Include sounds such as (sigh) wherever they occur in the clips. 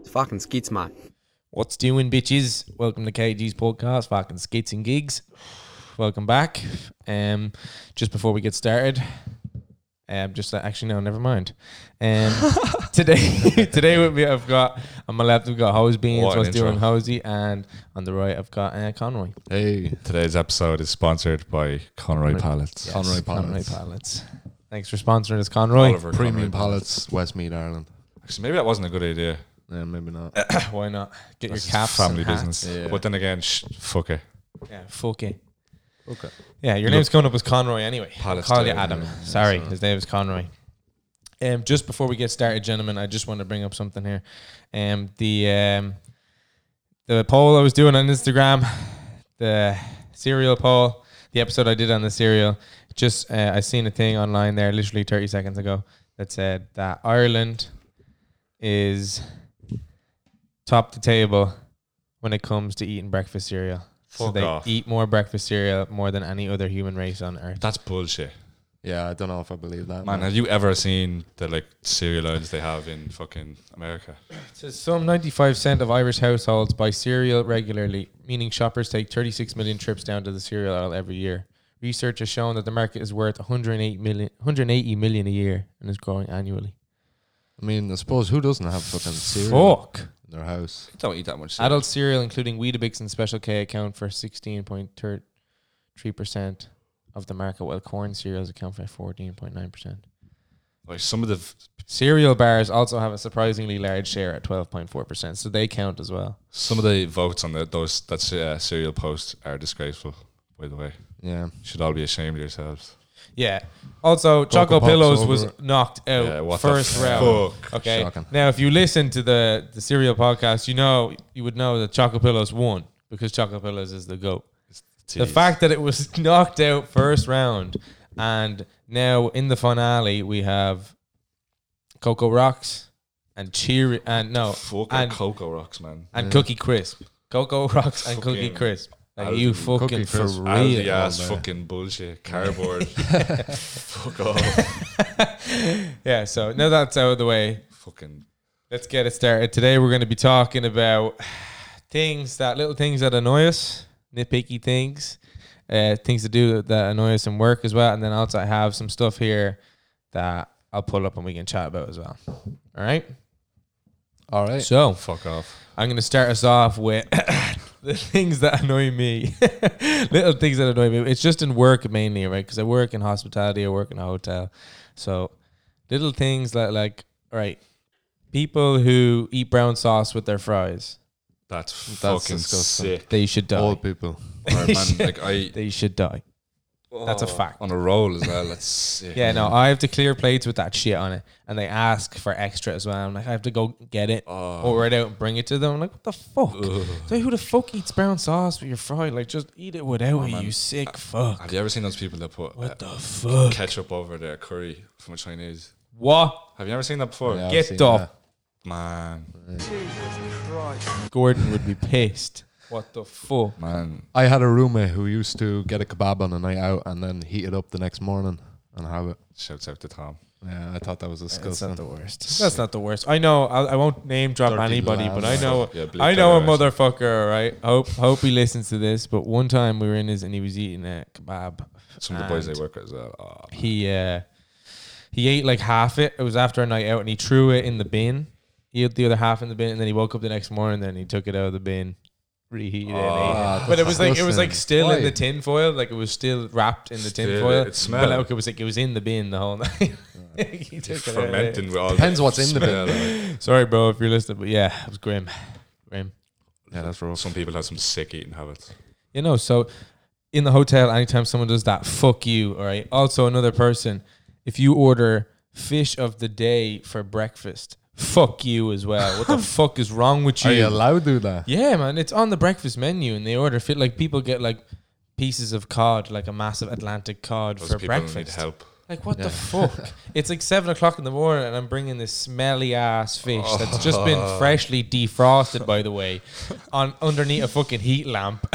It's fucking skits, mate. What's doing, bitches? Welcome to KG's podcast, fucking skits and gigs. Welcome back. Um, just before we get started, um, just actually no, never mind. (laughs) Um, today, (laughs) today with me, I've got on my left we've got Hose Beans, What an what's doing intro. Hosey, and on the right I've got uh, Conroy. Hey, today's episode is sponsored by Conroy Pallets. Yes, Pallets. Conroy Pallets. Thanks for sponsoring us, Conroy. Premium pallets, Westmead, Ireland. Actually, maybe that wasn't a good idea. Yeah, maybe not. (laughs) Why not get This is your caps family and hats. business. Yeah. But then again, sh- fuck it. Yeah, fuck it. Okay. Yeah, your name's coming up as Conroy anyway. I'll Palace call you Day, Adam. yeah. Sorry, his name is Conroy. Um, just before we get started, gentlemen, I just want to bring up something here. Um, the um, the poll I was doing on Instagram, the serial poll, the episode I did on the serial, just uh, I seen a thing online there, literally thirty seconds ago, that said that Ireland is top the table when it comes to eating breakfast cereal. so Fuck they off. eat more breakfast cereal more than any other human race on earth. That's bullshit. Yeah, I don't know if I believe that. Man, have you ever seen the like cereal lines they have in fucking America? says some 95% of Irish households buy cereal regularly, meaning shoppers take 36 million trips down to the cereal aisle every year. Research has shown that the market is worth 108 million, 180 million a year and is growing annually. I mean, I suppose who doesn't have fucking cereal Fuck. in their house? Don't eat that much. Cereal. Adult cereal, including Weetabix and Special K, account for 16.3% of the market, while corn cereals account for 14.9%. Like some of the f- Cereal bars also have a surprisingly large share at 12.4%, so they count as well. some of the votes on the, those that uh, cereal posts are disgraceful. By the way, Yeah. you should all be ashamed of yourselves. Yeah. Also, Choco Pops Pillows over was it. knocked out Yeah, what the first fuck? round. Okay. Shocking. Now, if you listen to the the cereal podcast, you know you would know that Choco Pillows won because Choco Pillows is the goat. The Jeez. fact that it was (laughs) knocked out first round, and now in the finale we have Coco Rocks and Cheery and no Fucking and Cocoa Rocks, man. and Cookie Crisp, Coco Rocks and Fucking Cookie Crisp. Are Aldi- you fucking Cookie for Crisp, real? Aldi ass man. fucking (laughs) bullshit. Cardboard. Fuck off. Yeah. So now that's out of the way. fucking Let's get it started. Today we're going to be talking about things that little things that annoy us, nitpicky things, uh, things to do that annoy us in work as well. And then also I have some stuff here that I'll pull up and we can chat about as well. All right. All right. So fuck off. I'm going to start us off with (coughs) the things that annoy me, (laughs) little things that annoy me. It's just in work mainly, right? Because I work in hospitality, I work in a hotel. So little things that, like, right, people who eat brown sauce with their fries, That's, That's fucking disgusting. sick. they should die. Old people. Or, (laughs) man, like I They should die. That's a fact. on a roll as well. That's sick. Yeah, no, I have to clear plates with that shit on it, and they ask for extra as well. I'm like, I have to go get it, or it out and bring it to them. I'm like, what the fuck? So who the fuck eats brown sauce with your fry? Like, just eat it without it, you sick fuck. Have you ever seen those people that put uh, what the fuck? ketchup over their curry from a Chinese? What? Have you ever seen that before? Yeah, I've Get seen the that. Man, Gordon would be pissed. What the fuck? man, I had a roommate who used to get a kebab on a night out and then heat it up the next morning and have it. shouts out to Tom. Yeah, I thought that was disgusting. worst. That's not the worst. I know. I, I won't name drop Dirty anybody, laugh. but I know. Yeah, bleep I know a that out. motherfucker. Right. Hope hope he listens to this. But one time we were in his and he was eating a kebab. Some of the boys And- they work with as well. Oh, he uh he ate like half it. It was after a night out, and he threw it in the bin. He ate the other half in the bin, and then he woke up the next morning, and then he took it out of the bin, reheated it. and ate it. that's But it was like it was Ah, disgusting. like still in Why? the tin foil, like it was still wrapped in the tin Still, foil. it But smelled. like, it was like it was in the bin the whole (laughs) night. He took it out of fermenting with all Depends the what's in the smell, there. like. Sorry, bro, if you're listening, but yeah, it was grim, grim. Yeah, that's rough. Some people have some sick eating habits. You know, so in the hotel, anytime someone does that, fuck you. All right. Also, another person, if you order fish of the day for breakfast, fuck you as well. What the fuck is wrong with you? Are you allowed to do that? yeah, man, it's on the breakfast menu, and they order fit like people get like pieces of cod, like a massive Atlantic cod Those for people need breakfast. help. Like what the fuck? it's like seven o'clock in the morning, and I'm bringing this smelly ass fish that's just been freshly defrosted, by the way, on underneath a fucking heat lamp. (laughs)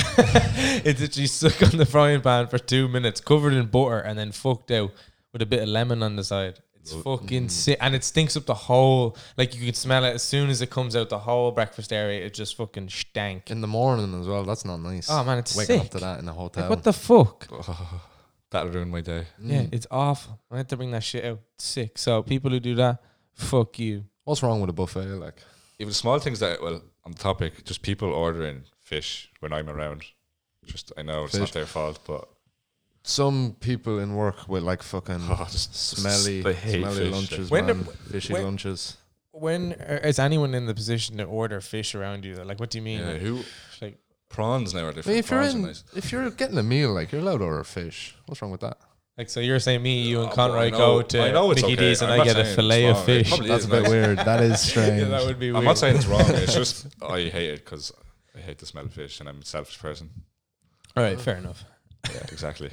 it's literally stuck on the frying pan for two minutes, covered in butter, and then fucked out with a bit of lemon on the side. It's It's fucking sick, and it stinks up the whole. Like you can smell it as soon as it comes out the whole breakfast area. It just fucking stank. in the morning as well. That's not nice. Oh man, it's waking sick. up to that in a Like, hotel. what the fuck? That'll ruin my day. Yeah, it's awful. I had to bring that shit out. It's sick. So people who do that, fuck you. What's wrong with a buffet? Like, Even small things that, well, on the topic, just people ordering fish when I'm around. Just, I know it's not Fish. their fault, but some people in work with like (laughs) fucking oh, just smelly, they hate smelly fish, lunches, When man. the- fishy when- lunches. When uh, is anyone in the position to order fish around you? Like, what do you mean? Yeah, Like, who like, prawns now are different. But if you're prawns are in, nice. if you're getting a meal, like you're allowed to order fish. What's wrong with that? like, so you're saying me, you, and Oh, Conroy I know- go to I know it's Mickey okay. D's and I'm I not get a saying fillet it's of wrong. It fish. probably That's is a bit nice. weird. (laughs) That is (laughs) strange. yeah, that would be I'm weird. not saying it's wrong. (laughs) It's just I hate it because I hate the smell of fish, and I'm a selfish person. All right, fair enough. Yeah, (laughs) exactly.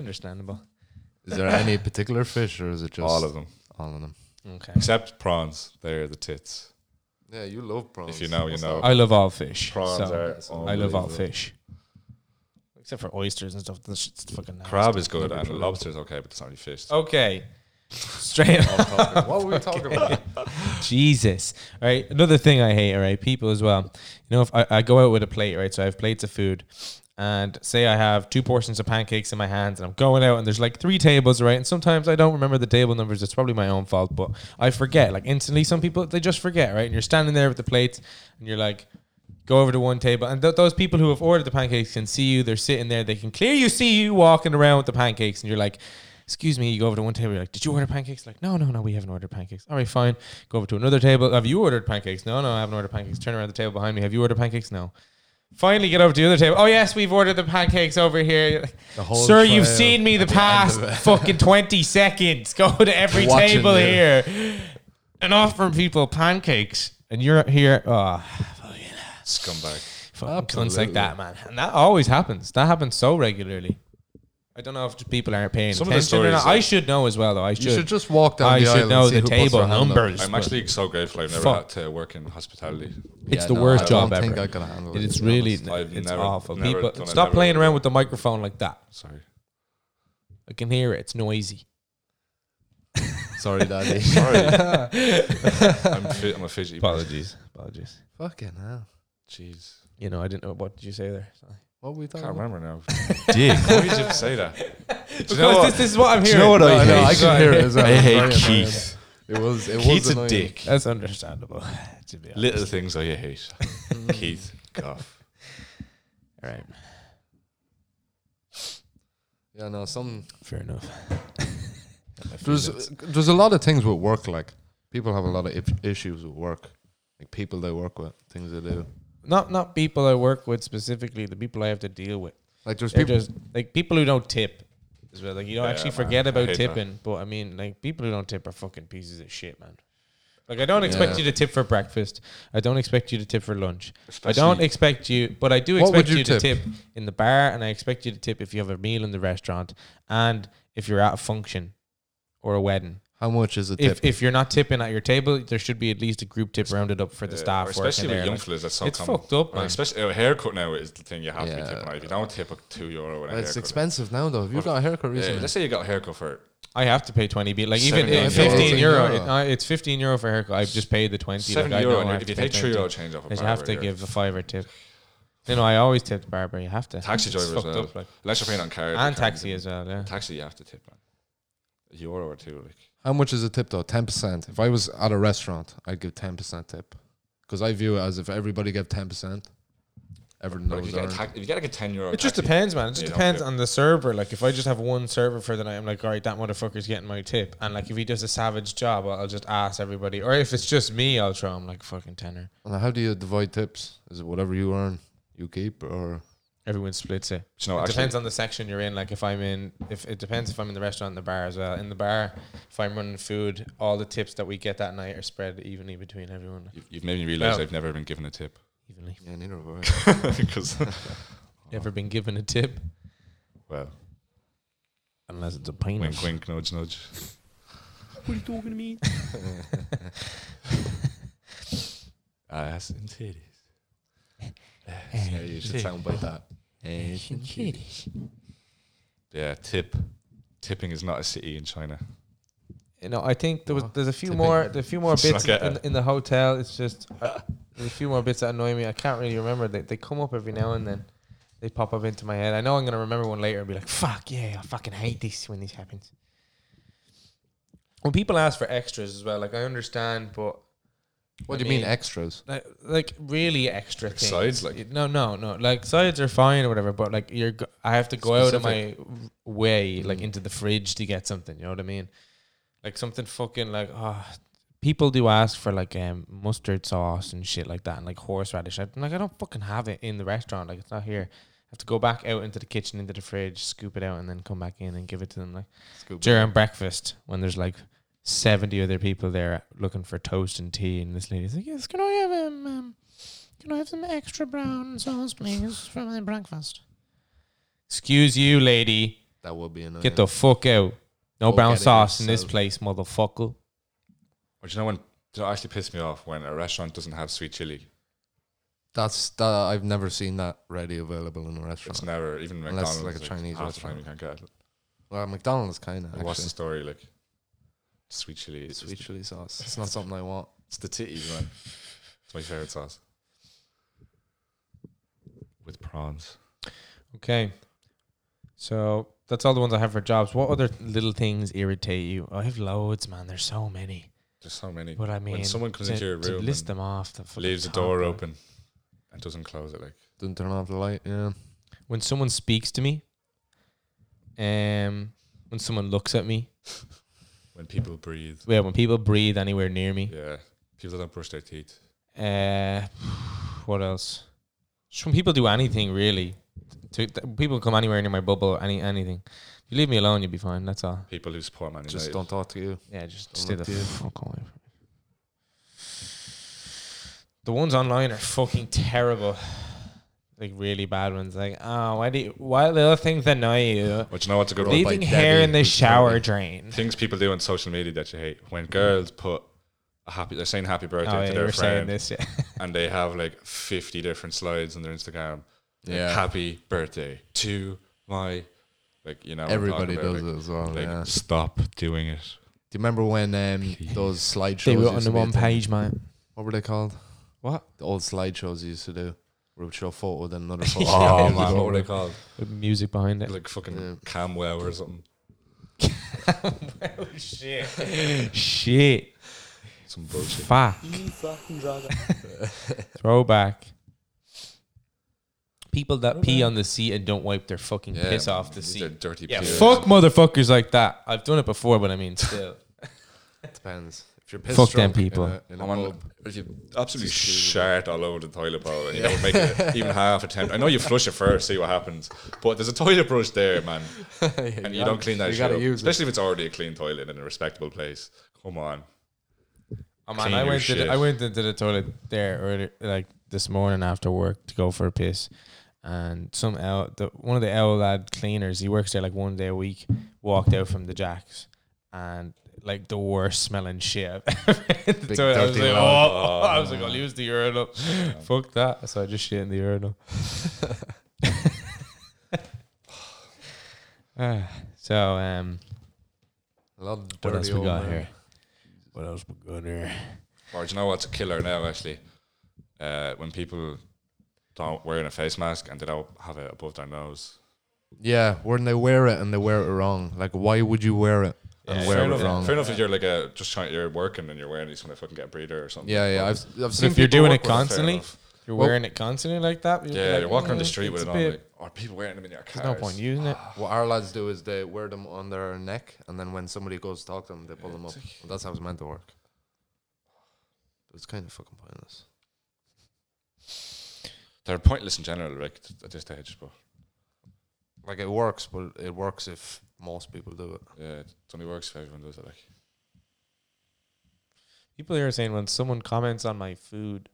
Understandable. Is there any particular fish, or is it (laughs) just All of them All of them. Okay. except prawns. They're the tits. Yeah, you love prawns. If you know, you What's know. that? I love all fish. Prawns so are. I love all unbelievable. fish. Except for oysters and stuff. That shit's fucking nasty. Crab is good, Don't be and cruel. lobster's okay, but it's not really fish. Oh. Okay. Straight Off (laughs) topic. what were we talking about? Jesus. All right. Another thing I hate, all right, people as well. You know, if I, I go out with a plate, right? So I have plates of food. And say I have two portions of pancakes in my hands, and I'm going out, and there's like three tables, right? And sometimes I don't remember the table numbers. It's probably my own fault, but I forget. Like instantly, some people they just forget, right? And you're standing there with the plates, and you're like, go over to one table, and th- those people who have ordered the pancakes can see you. They're sitting there. They can clear you, see you walking around with the pancakes, and you're like, "Excuse me." You go over to one table. You're like, "Did you order pancakes?" Like, "No, no, no, we haven't ordered pancakes." All right, fine. Go over to another table. Have you ordered pancakes? No, no, I haven't ordered pancakes. Turn around the table behind me. Have you ordered pancakes? No. Finally, get over to the other table. Oh yes, we've ordered the pancakes over here. You're like, The whole Sir, you've trail seen me the past fucking twenty seconds. Go to every Watching table you. here and offering people pancakes, and you're here. Oh, Scumbag. fucking cunts Absolutely. like that, man. And that always happens. That happens so regularly. I don't know if just people aren't paying Some of the attention or stories, not. like- I should know as well, though. I should. You should just walk down I the should aisle know and see the who puts table their hand up. numbers. I'm but actually so grateful I've never Fuck. had to work in hospitality. It's Yeah, the no, worst I job don't ever. think I could handle it, it's to be really honest. I've it's never- awful. never People, done it, stop never playing will. around with the microphone like that. Sorry. I can hear it. It's noisy. (laughs) Sorry, daddy. Sorry. I'm, fi- I'm a fidgety. person. apologies. Fucking hell. Jeez. You know, I didn't know what did you say there. Sorry. What were we talking Can't about? remember (laughs) now. Dick. Why did you (laughs) say that? Because know what? this, this is what I'm Do hearing. you know what I No, no, I hate? can hear (laughs) it as well. I It's hate very annoying. Keith. It was. It Keith's was a annoying. dick. Uh, That's understandable. (laughs) to be honest. Little things I hate. Keith Goff. All right. Yeah, no. Some Fair enough. (laughs) there's there's a lot of things with work. Like people have a lot of if- issues with work. Like people they work with, things they do. Not not people I work with specifically. The people I have to deal with. Like there's They're people. just like people who don't tip as well. Like you don't Yeah, actually man, forget I about hate that. tipping, but I mean, like people who don't tip are fucking pieces of shit, man. Like I don't expect Yeah. you to tip for breakfast. I don't expect you to tip for lunch. Especially- I don't expect you, but I do What would expect you you, to tip? tip in the bar, and I expect you to tip if you have a meal in the restaurant and if you're at a function or a wedding. how much is a tip? If if you're not tipping at your table, there should be at least a group tip rounded up for the Yeah, staff. or working uh, especially with there, young like- fellas. That's so it's common. fucked up, Like, man. especially a haircut now is the thing you have to Yeah. be tipping. on. If you don't tip a two euro, and a it's haircut, expensive now though. If you got a haircut Yeah, recently, let's say you got a haircut for I have to pay twenty. Be like even Seventy if euro. fifteen euro. Euro. it- uh, it's fifteen euro for a haircut. I've just paid the twenty. seven like, I euro. know I and have if to you pay take three 20. euro change off, a Because you barber have to here. give a fiver tip. You know, I always tip the barber. You have to. taxi It's driver as fucked well. up, like. Unless you're paying on card, And you can't taxi tip. as well. Yeah. Taxi, you have to tip, man. A euro or two, like how much is a tip though? Ten percent. If I was at a restaurant, I'd give ten percent tip, because I view it as if everybody gave ten percent, everything But that if you was get a earned. tax, if you get like a ten euro, It just taxi- depends, man. It just Yeah, you don't depends tip. on the server. Like, if I just have one server for the night, I'm like, all right, that motherfucker's getting my tip. And like, if he does a savage job, I'll I'll just ask everybody. Or if it's just me, I'll throw him like fucking tenner. And how do you divide tips? Is it whatever you earn, you keep, or Everyone splits it. Do you it know, actually- depends on the section you're in. Like if I'm in, if it depends if I'm in the restaurant, and the bar as well. In the bar, if I'm running food, all the tips that we get that night are spread evenly between everyone. You've, you've made me realize Oh. No. I've never been given a tip (laughs) Evenly. yeah, neither of us. because Ever been given a tip? well, Unless it's a penis. wink, wink, nudge, nudge. What are you talking to (laughs) me? Ass and titties. (laughs) (sighs) yeah, you should soundbite that. Yeah, tip. Tipping is not a city in China. you know, I think there was What? there's Oh. a few It's a more big- there's a few more It's like bits a- in, in the hotel. It's just uh, there's a few more bits that annoy me. I can't really remember. They they come up every now and then. They pop up into my head. I know I'm gonna remember one later and be like, "Fuck yeah, I fucking hate this when this happens." When people ask for extras as well, like I understand, but What I do you mean extras? like, like really extra things. sides, like- no, no, no. Like sides are fine or whatever, but like you're, go- I have to go out of my Mm. way, like into the fridge to get something. You know what I mean? Like something fucking like oh, people do ask for like um mustard sauce and shit like that, and like horseradish. I'm like I don't fucking have it in the restaurant. Like it's not here. I have to go back out into the kitchen, into the fridge, scoop it out, and then come back in and give it to them. Like during breakfast when there's like 70 other people there looking for toast and tea and this lady's like yes can i have um, um can i have some extra brown sauce please for my breakfast excuse you lady That would be annoying. get the fuck out no Go brown get it sauce in this yourself. place motherfucker Or do you know when? Do you know, it actually pissed me off when a restaurant doesn't have sweet chili. That's that, I've never seen that ready available in a restaurant. It's never even Unless McDonald's. it's like a Chinese half the time restaurant. You can't get it. Well, McDonald's kind of. Like, what's the story like? Sweet chili. It's sweet the, chili sauce? It's not something I want. It's the titties, man. It's my favorite sauce. With prawns. okay so that's all the ones i have for jobs what other little things irritate you i have loads man there's so many There's so many. but i mean someone comes to- into your to room list and them off the fucking Leaves the top, door like- open and doesn't close it. Like Didn't turn off the light. Yeah. when someone speaks to me, um, when someone looks at me, when people breathe. yeah, when people breathe anywhere near me, Yeah. People don't brush their teeth. uh, what else? Just when people do anything really, to, th- people come anywhere near my bubble, or any anything. If you leave me alone, you'll be fine. That's all. People who support Man United. Just don't talk to you. Yeah, just Don't stay the look deep. fuck away. from me. The ones online are fucking terrible. Like really bad ones. Like, oh, why do you, why little things annoy you? But you know what's a good one? Leaving by hair Debbie in the was shower terrible. drain. Things people do on social media that you hate. When girls put a happy, they're saying happy birthday Oh, yeah, to you were their saying friend, this, yeah. and they have like 50 different slides on their Instagram. Like, Yeah. happy birthday to my, like you know. we're Everybody talking about, does like, it as well. Like, yeah. stop doing it. Do you remember when um, those slideshows? They were used on to the be a one thing? page, man. What were they called? What? The old slideshows you used to do. Where it would show a photo (laughs) then another photo. (laughs) Oh man, what were they called? With music behind it. Like fucking Yeah. Camwell or something. Shit. Shit. Some bullshit. Fuck. fucking drug. (laughs) Throwback. People that pee on the seat and don't wipe their fucking piss off the They're seat. dirty. Yeah, peers. fuck motherfuckers like that. I've done it before, but I mean, still. Depends. If you're pissed Fuck them drunk in people. a- in a I'm on, pub, if you absolutely shart all over the toilet bowl and you don't make it even half attempt. I know you flush it first, see what happens, but there's a toilet brush there, man, (laughs) and you, (laughs) don't clean that you shit gotta up. use it. especially if it's already a clean toilet in a respectable place. Come on, Oh, man, Clean I your went to the, shit. I went into the toilet there earlier, like this morning after work to go for a piss, and some owl, the, one of the owl lad cleaners, he works there like one day a week, walked out from the jacks, and like the worst smelling shit. I've (laughs) ever in the Big toilet. I was dirty like, lad. oh, (laughs) I was like, I'll use the (laughs) urinal. Fuck that! So I just shit in the urinal. (laughs) Ah, so um, a lot of what else dirty we old got men. here? What else we got here? or do you know what's a killer now? Actually, uh, when people don't wearing a face mask and they don't have it above their nose. Yeah, when they wear it and they wear it wrong. Like, why would you wear it and Yeah, wear fair it enough. wrong? Fair enough if you're like a just trying, you're working and you're wearing these when I fucking get a breather or something. Yeah, yeah. I've, I've seen if you're people doing work it with fair constantly, enough. you're Well- wearing it constantly like that. you'd be Yeah, like, you're walking on "Oh, the street with it's it a on. bit- Like, are people wearing them in your cars? There's no point using it. What our lads do is they wear them on their neck, and then when somebody goes to talk to them, they pull them up. And that's how it's meant to work. It's kind of fucking pointless. They're pointless in general, like at this stage, but. Like it works, but it works if most people do it. Yeah, it only works if everyone does it. Like, People here are saying when someone comments on my food,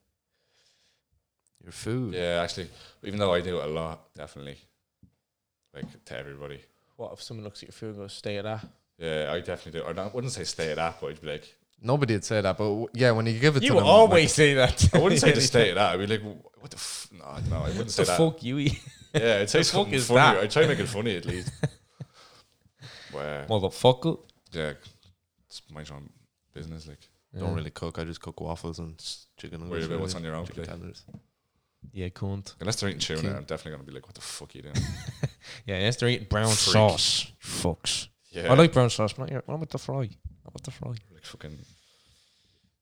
Your food. yeah, actually, even though I do it a lot, definitely, like to everybody. what if someone looks at your food and goes, "Stay at that." Yeah, I definitely do. Or not, I wouldn't say stay at that, but I'd be like, Nobody would say that, but w- yeah, when you give it to You them, always say that. I (laughs) wouldn't (laughs) say to stay at that. I'd be like, "Wh- what the? F-? No, I don't know. I wouldn't say the that. fuck you eat, Yeah, I'd (laughs) say the fuck something is funny. that? (laughs) I'd try to make it funny at least. wow. motherfucker. Yeah. it's mind your own business. Like, Don't really cook. I just cook waffles and s- chicken. worry nuggets, about what's really. on your own Chicken plate. tenders. Yeah, cunt. Unless they're eating tuna, Okay. I'm definitely gonna be like, what the fuck are you doing? Yeah, yes, they're eating brown Freak. sauce. Fucks. (laughs) yeah, I like brown sauce, but yeah, what about the fry? What about the fry? like fucking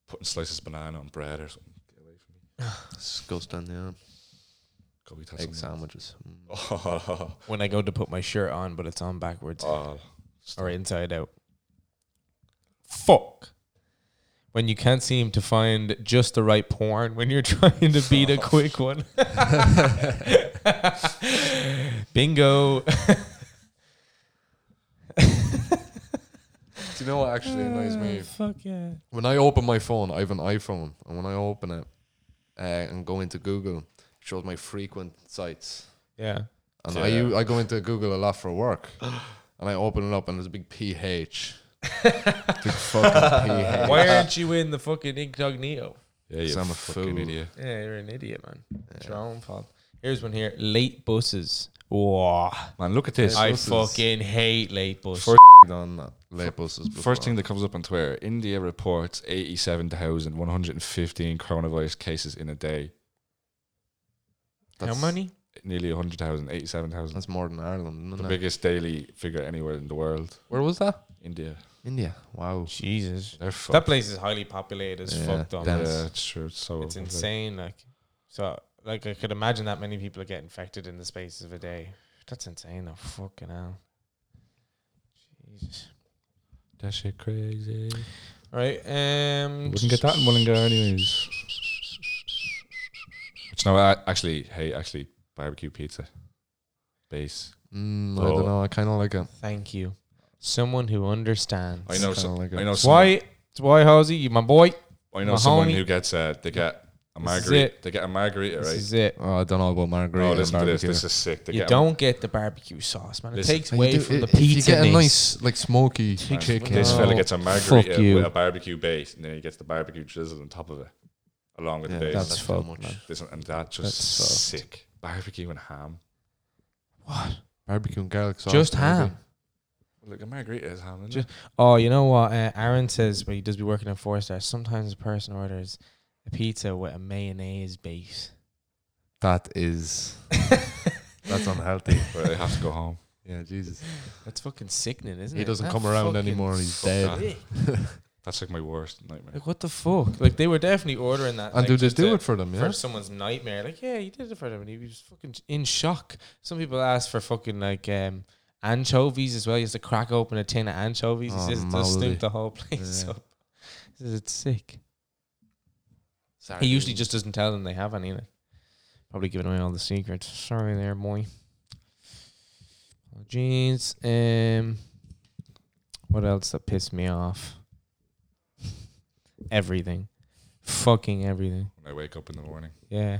putting slices of banana on bread or something. Get away from me. Disgusting. Yeah. Go eat that Egg somewhere. sandwiches. Mm. (laughs) Oh, When I go to put my shirt on, but it's on backwards oh. or inside out. Fuck. When you can't seem to find just the right porn when you're (laughs) trying to beat a quick one. (laughs) Bingo. Do you know what actually (sighs) annoys me? Uh, Fuck yeah. When I open my phone, I have an iPhone, and when I open it uh, and go into Google, it shows my frequent sites. (laughs) Yeah. And I Yeah. u- I go into Google a lot (gasps) for work, and I open it up, and there's a (laughs) big PH. big fucking PH. Why aren't you in the fucking incognito? yeah, you 'Cause I'm a fucking fool. idiot. Yeah, you're an idiot, man. It's your own fault. Here's one here. Late buses. Whoa. Man, look at this. I buses. fucking hate late buses. First- done late buses? Before. First thing that comes up on Twitter: India reports eighty-seven thousand one hundred and fifteen coronavirus cases in a day. How That's- many? Nearly 100,000, 87,000. That's more than Ireland. The Isn't it? biggest daily figure anywhere in the world. Where was that? India. India. Wow. Jesus. They're That fucked. place is highly populated as Yeah, fuck, though. dense. yeah, it's true. It's so It's overpopulated. insane. Like, so, like, I could imagine that many people get infected in the space of a day. That's insane, though. Fucking hell. Jesus. That shit crazy. All right. Um, We can get that in Mullingar anyways. Which no, I actually, hey, actually, barbecue pizza. Base. Mm, I Oh. don't know. I kind of like it. Thank you. Someone who understands. I know. Kinda Some, like a- I know. Someone, Why? Why, Hosey? You my boy. I know my someone homie? who gets uh, they get a This is margarita. it. They get a margarita, This right? is it. Oh, I don't know about margarita. Oh, and listen to this. barbecue. This is sick. They you get a- don't get the barbecue sauce, man. It Listen, takes Like, away you do- from the if you pizza. get a Nice. nice, like smoky Takes chicken. This fella Oh, gets a fuck margarita you. with a barbecue base, and then he gets the barbecue drizzled on top of it, along with Yeah, the base. That's That's too fucked, much. man. This and that just That's soft. sick. Barbecue and ham. barbecue and garlic sauce. Just maybe. ham. Look, a margarita is ham. Isn't Ju- Oh, you know what? Uh, Aaron says, but he does be working at Four Stars. Sometimes a person orders a pizza with a mayonnaise base. That is. That's unhealthy. it? But I have to go home. Yeah, Jesus. That's fucking sickening, isn't it? He doesn't That come around fucking anymore. (laughs) He's sucks. dead. sick. (laughs) That's like my worst nightmare. Like what the fuck? Like they were definitely ordering that. And like, do they just do to- it for them? Yeah. for someone's nightmare? Like yeah, he did it for them, and he was fucking in shock. Some people ask for fucking like um, anchovies as well. He has to crack open a tin of anchovies. Oh, he says it does mouldy. snoop the whole place Yeah. up. He says it's sick. He usually just doesn't tell them they have any. Like, probably giving away all the secrets. Sorry there, boy. Jeans. Um, what else that pissed me off? (laughs) everything. Fucking everything. When I wake up in the morning, Yeah.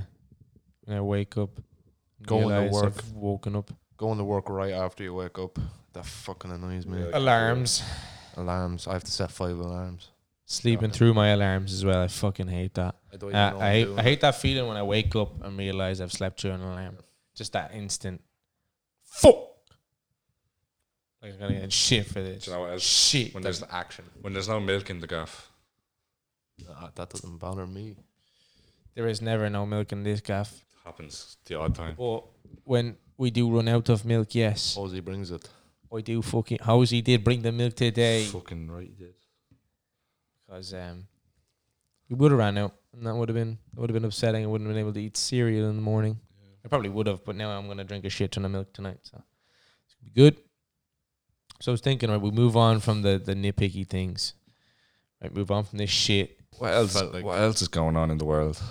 When I wake up. Going to realise work. I've woken up. going to work right after you wake up. That fucking annoys me. Yeah. Alarms. Alarms. I have to set five alarms. Sleeping Yeah. through my alarms as well. I fucking hate that. I don't Uh, I, hate, I hate that feeling when I wake up and realize I've slept through an alarm. Just that instant. Fuck. Like I'm gonna get shit for this. Do you know what else? Shit. When there's action. when there's no milk in the gaff, that doesn't bother me. there is never no milk in this gaff. it happens the odd time. But when we do run out of milk, yes, Ozzy brings it. I do fucking. Hosey did bring the milk today Fucking right, you did. because um, we would have ran out, and that would have been would have been upsetting. I wouldn't have been able to eat cereal in the morning. I probably would have, but now I'm gonna drink a shit ton of milk tonight, so it's gonna be good. So I was thinking, right, we move on from the the nitpicky things. Right, move on from this shit. What else? Felt like- what else is going on in the world?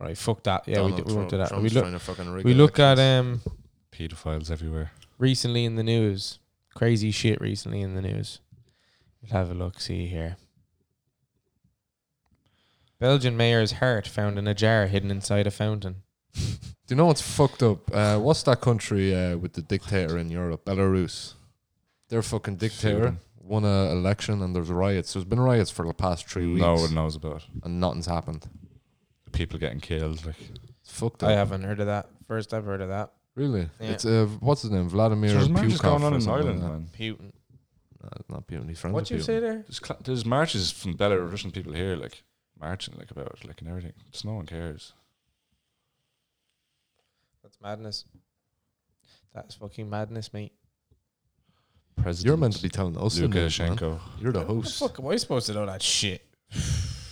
All right, fuck that. Yeah, we, Donald d- we won't do that. Trump- Trump's we look trying to fucking rig we look at elections. um Pedophiles everywhere. recently in the news, crazy shit recently in the news. Let's have a look. See here. Belgian mayor's heart found in a jar hidden inside a fountain. Do you know what's fucked up? Uh, what's that country uh, with the dictator in Europe? Belarus. Their fucking dictator Sweden. won a election and there's riots. There's been riots for the past three weeks No one knows about it. and nothing's happened. people getting killed. Like It's fucked up. I haven't heard of that. First I've heard of that. Really? Yeah. It's uh, what's his name? Vladimir there's Pukov. going on or in something like Ireland, that. man. Putin. No, it's not being any friends. What you with say people. there? There's, cla there's marches from Belarusian people here, like marching, like about it, like and everything. Just no one cares. That's madness. That's fucking madness, mate. President You're meant to be telling us the news, man. Lukashenko. You're the What the host. fuck am I supposed to know that shit?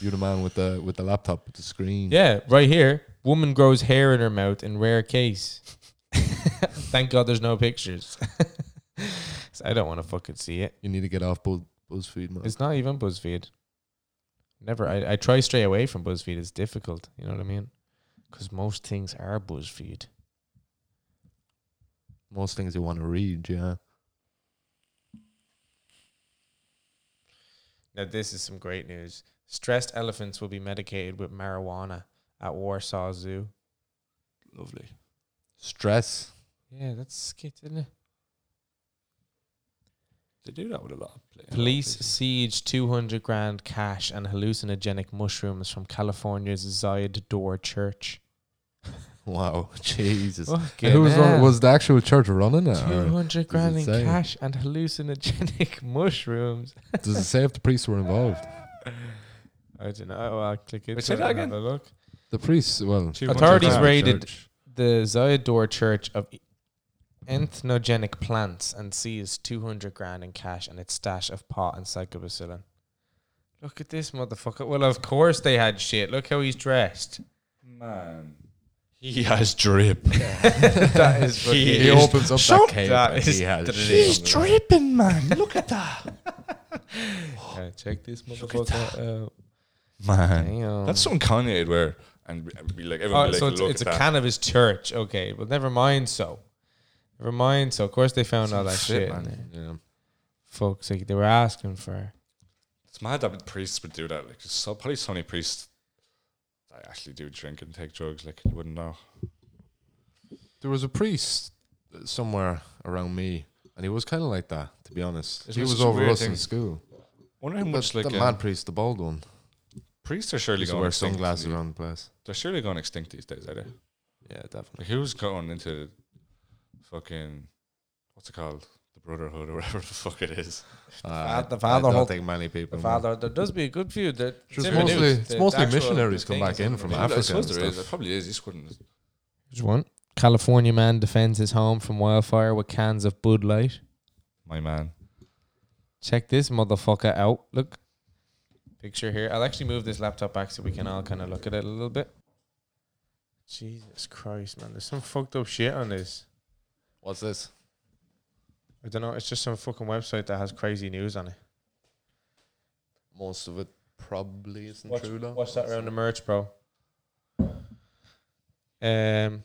You're the man with the with the laptop with the screen. Yeah, right here. Woman grows hair in her mouth in rare (laughs) case. Thank God there's no pictures. (laughs) 'Cause I don't want to fucking see it. You need to get off Buzz, BuzzFeed, man. It's not even BuzzFeed. Never. I, I try stray away from BuzzFeed. It's difficult. You know what I mean? Because most things are BuzzFeed. Most things you want to read, yeah. Now, this is some great news. Stressed elephants will be medicated with marijuana at Warsaw Zoo. Lovely. Stress. (laughs) Yeah, that's skit, isn't it? They do that with a lot of pla- Police places. siege 200 grand cash and hallucinogenic mushrooms from California's Zayed Door Church. Wow, (laughs) Jesus. Fucking And who was run, hell. was the actual church running it? Or 200 grand in say? cash and hallucinogenic (laughs) mushrooms. does it say if the priests were involved? I don't know. Well, I'll click it. Wait, say that again. Have a look. The priests, well, 200 Authorities grand. raided the Zayador Church of Ethnogenic Plants and seized 200 grand in cash and its stash of pot and psychobacillin. Look at this motherfucker. Well, of course they had shit. Look how he's (laughs) dressed. (laughs) Man, he has (laughs) drip. that is He he is- opens up Some- that cave. that and is (laughs) he has dream. shit on He's the- dripping, man. Look at that, (laughs) Uh, check this motherfucker out. man. Damn. That's something Kanye would wear, and be- and be like, everyone Oh, would be so like, it's, look it's a at that. cannabis church. Okay, well, never mind. So, never mind. So, of course, they found all that shit. Shit, in man. there. Yeah. Folks, like, they were asking for. It's mad that priests would do that. Like, there's so probably so many priests that actually do drink and take drugs. Like, you wouldn't know. There was a priest somewhere around me, and he was kind of like that, to be honest. Isn't he it was such a over weird us thing? in school. Wonder how But much like the um, mad priest, the bald one, priests are surely used to going wear extinct. sunglasses these- around the place. They're surely going extinct these days, are they? Yeah, definitely. Like, who's going into fucking what's it called, the Brotherhood or whatever (laughs) the fuck it is? Uh, the I father don't hold- think many people. The know. father, there does be a good few that. It's just mostly- it's mostly missionaries come back in from I Africa suppose and there is. stuff. It probably is. You just wouldn't. There's one. California man defends his home from wildfire with cans of Bud Light. My man. Check this motherfucker out. Look. Picture here. I'll actually move this laptop back so we can all kind of look at it a little bit. Jesus Christ, man. There's some fucked up shit on this. What's this? I don't know. It's just some fucking website that has crazy news on it. Most of it probably isn't Watch- true, though. Watch that around the merch, bro. Um.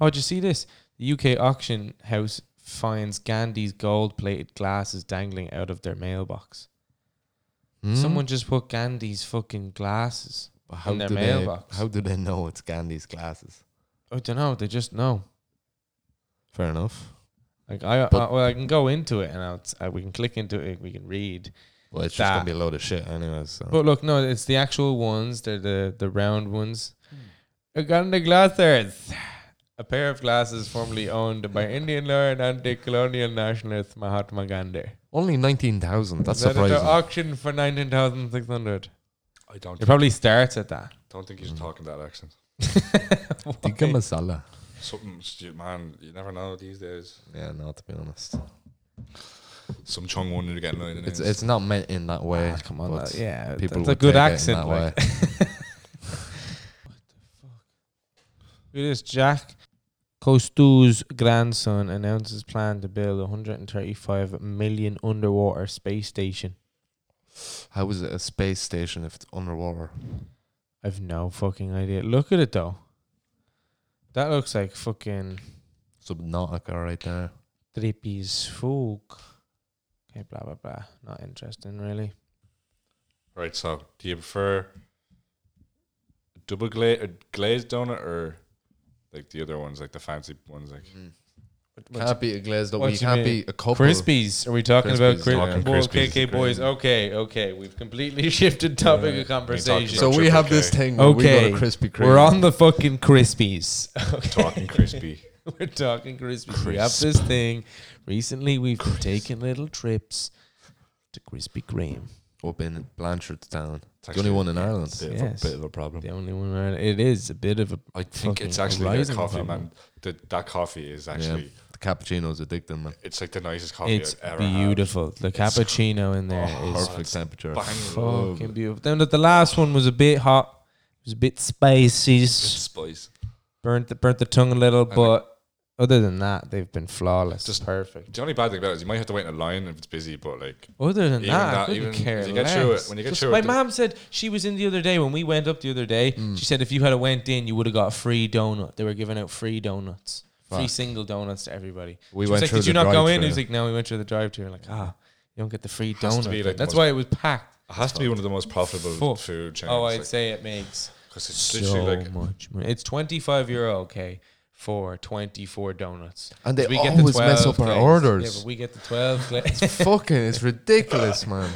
Oh, did you see this? The UK auction house finds Gandhi's gold-plated glasses dangling out of their mailbox. Hmm? Someone just put Gandhi's fucking glasses. But how their do mailbox. They, how do they know it's Gandhi's glasses? I don't know. They just know. Fair enough. Like I, I But- well, I can go into it and I'll, uh, we can click into it. We can read. Well, it's That- just gonna be a load of shit, anyways. So. But look, no, it's the actual ones. They're the the round ones. Hmm. I got the glasses. A pair of glasses formerly owned by Indian lawyer and anti-colonial nationalist Mahatma Gandhi. Only nineteen thousand. That's That surprising. auction for nineteen thousand six hundred. I don't. It probably starts at (laughs) that. don't think he's talking that accent. Tikka masala. Something, stu- man. You never know these days. Yeah, no, to be honest, Some chung one to get annoyed. it's it's not meant in that way. Ah, come on, but that- yeah, people that's a would good take it in accent. that like. way. Look at this. Jack Cousteau's grandson announces plan to build 135 million underwater space station. (laughs) How is it a space station if it's underwater? I've no fucking idea. Look at it though. That looks like fucking Subnautica right there. Drippy's fuck. Okay, blah blah blah. Not interesting really. right. So, do you prefer double gla- a glazed donut or like the other ones, like the fancy ones, (laughs) like Hmm. Can't be a glazed up. what You you can't mean? be a couple. Crispies. Are we talking about Crispies, cri- talking Whoa, Crispies is KK boys? great. Okay, okay. We've completely (laughs) shifted topic of conversation. So we have this Triple thing. where We Okay, go to Krispy Kreme. We're on the fucking Crispies. talking crispy? (laughs) We're talking Christmas. We have this thing. Recently, we've been taking little trips to Krispy Kreme. Up in Blanchardstown. It's the actually- only one in yeah, Ireland. It's a bit, Yes. of a, bit of a problem. The only one around. It is a bit of a. I think it's fucking actually rising their coffee, problem. man. The, that coffee is actually Yeah. The cappuccino's addictive, man. it's like the nicest coffee It's I've ever beautiful. The cappuccino in (laughs) there is Oh, Perfect temperature. had. Bang love. fucking beautiful. Then the- the last one was a bit hot. It was a bit spicy. It's spice. burnt the burnt the tongue a little, like- but other than that, they've been flawless. Just- perfect. The only bad thing about it is you might have to wait in a line if it's busy, but like Other than that, even I that- couldn't even care when you get less. through it- when you get Just- through my it, the- Mm. mom said she was in the other day when we went up the other day. She said if you had a went in, you would have got a free donut. They were giving out free donuts, free Fuck. single donuts to everybody. We she went was like, through "Did you the not go in?" drive-thru. He was like, "No, we went through the drive-through." And Like, ah, you don't get the free Has to donut. be, Like, like, That's most- why it was packed. it has to be one of the most profitable Fuck. food chains. Oh, I'd like, say it makes 'cause it's so literally like much money. It's twenty five euro, okay, for twenty four donuts. And they We get the always 12 mess up our glaze. Yeah, orders. but we get the (laughs) 12 glaze. Fucking, it's ridiculous, man.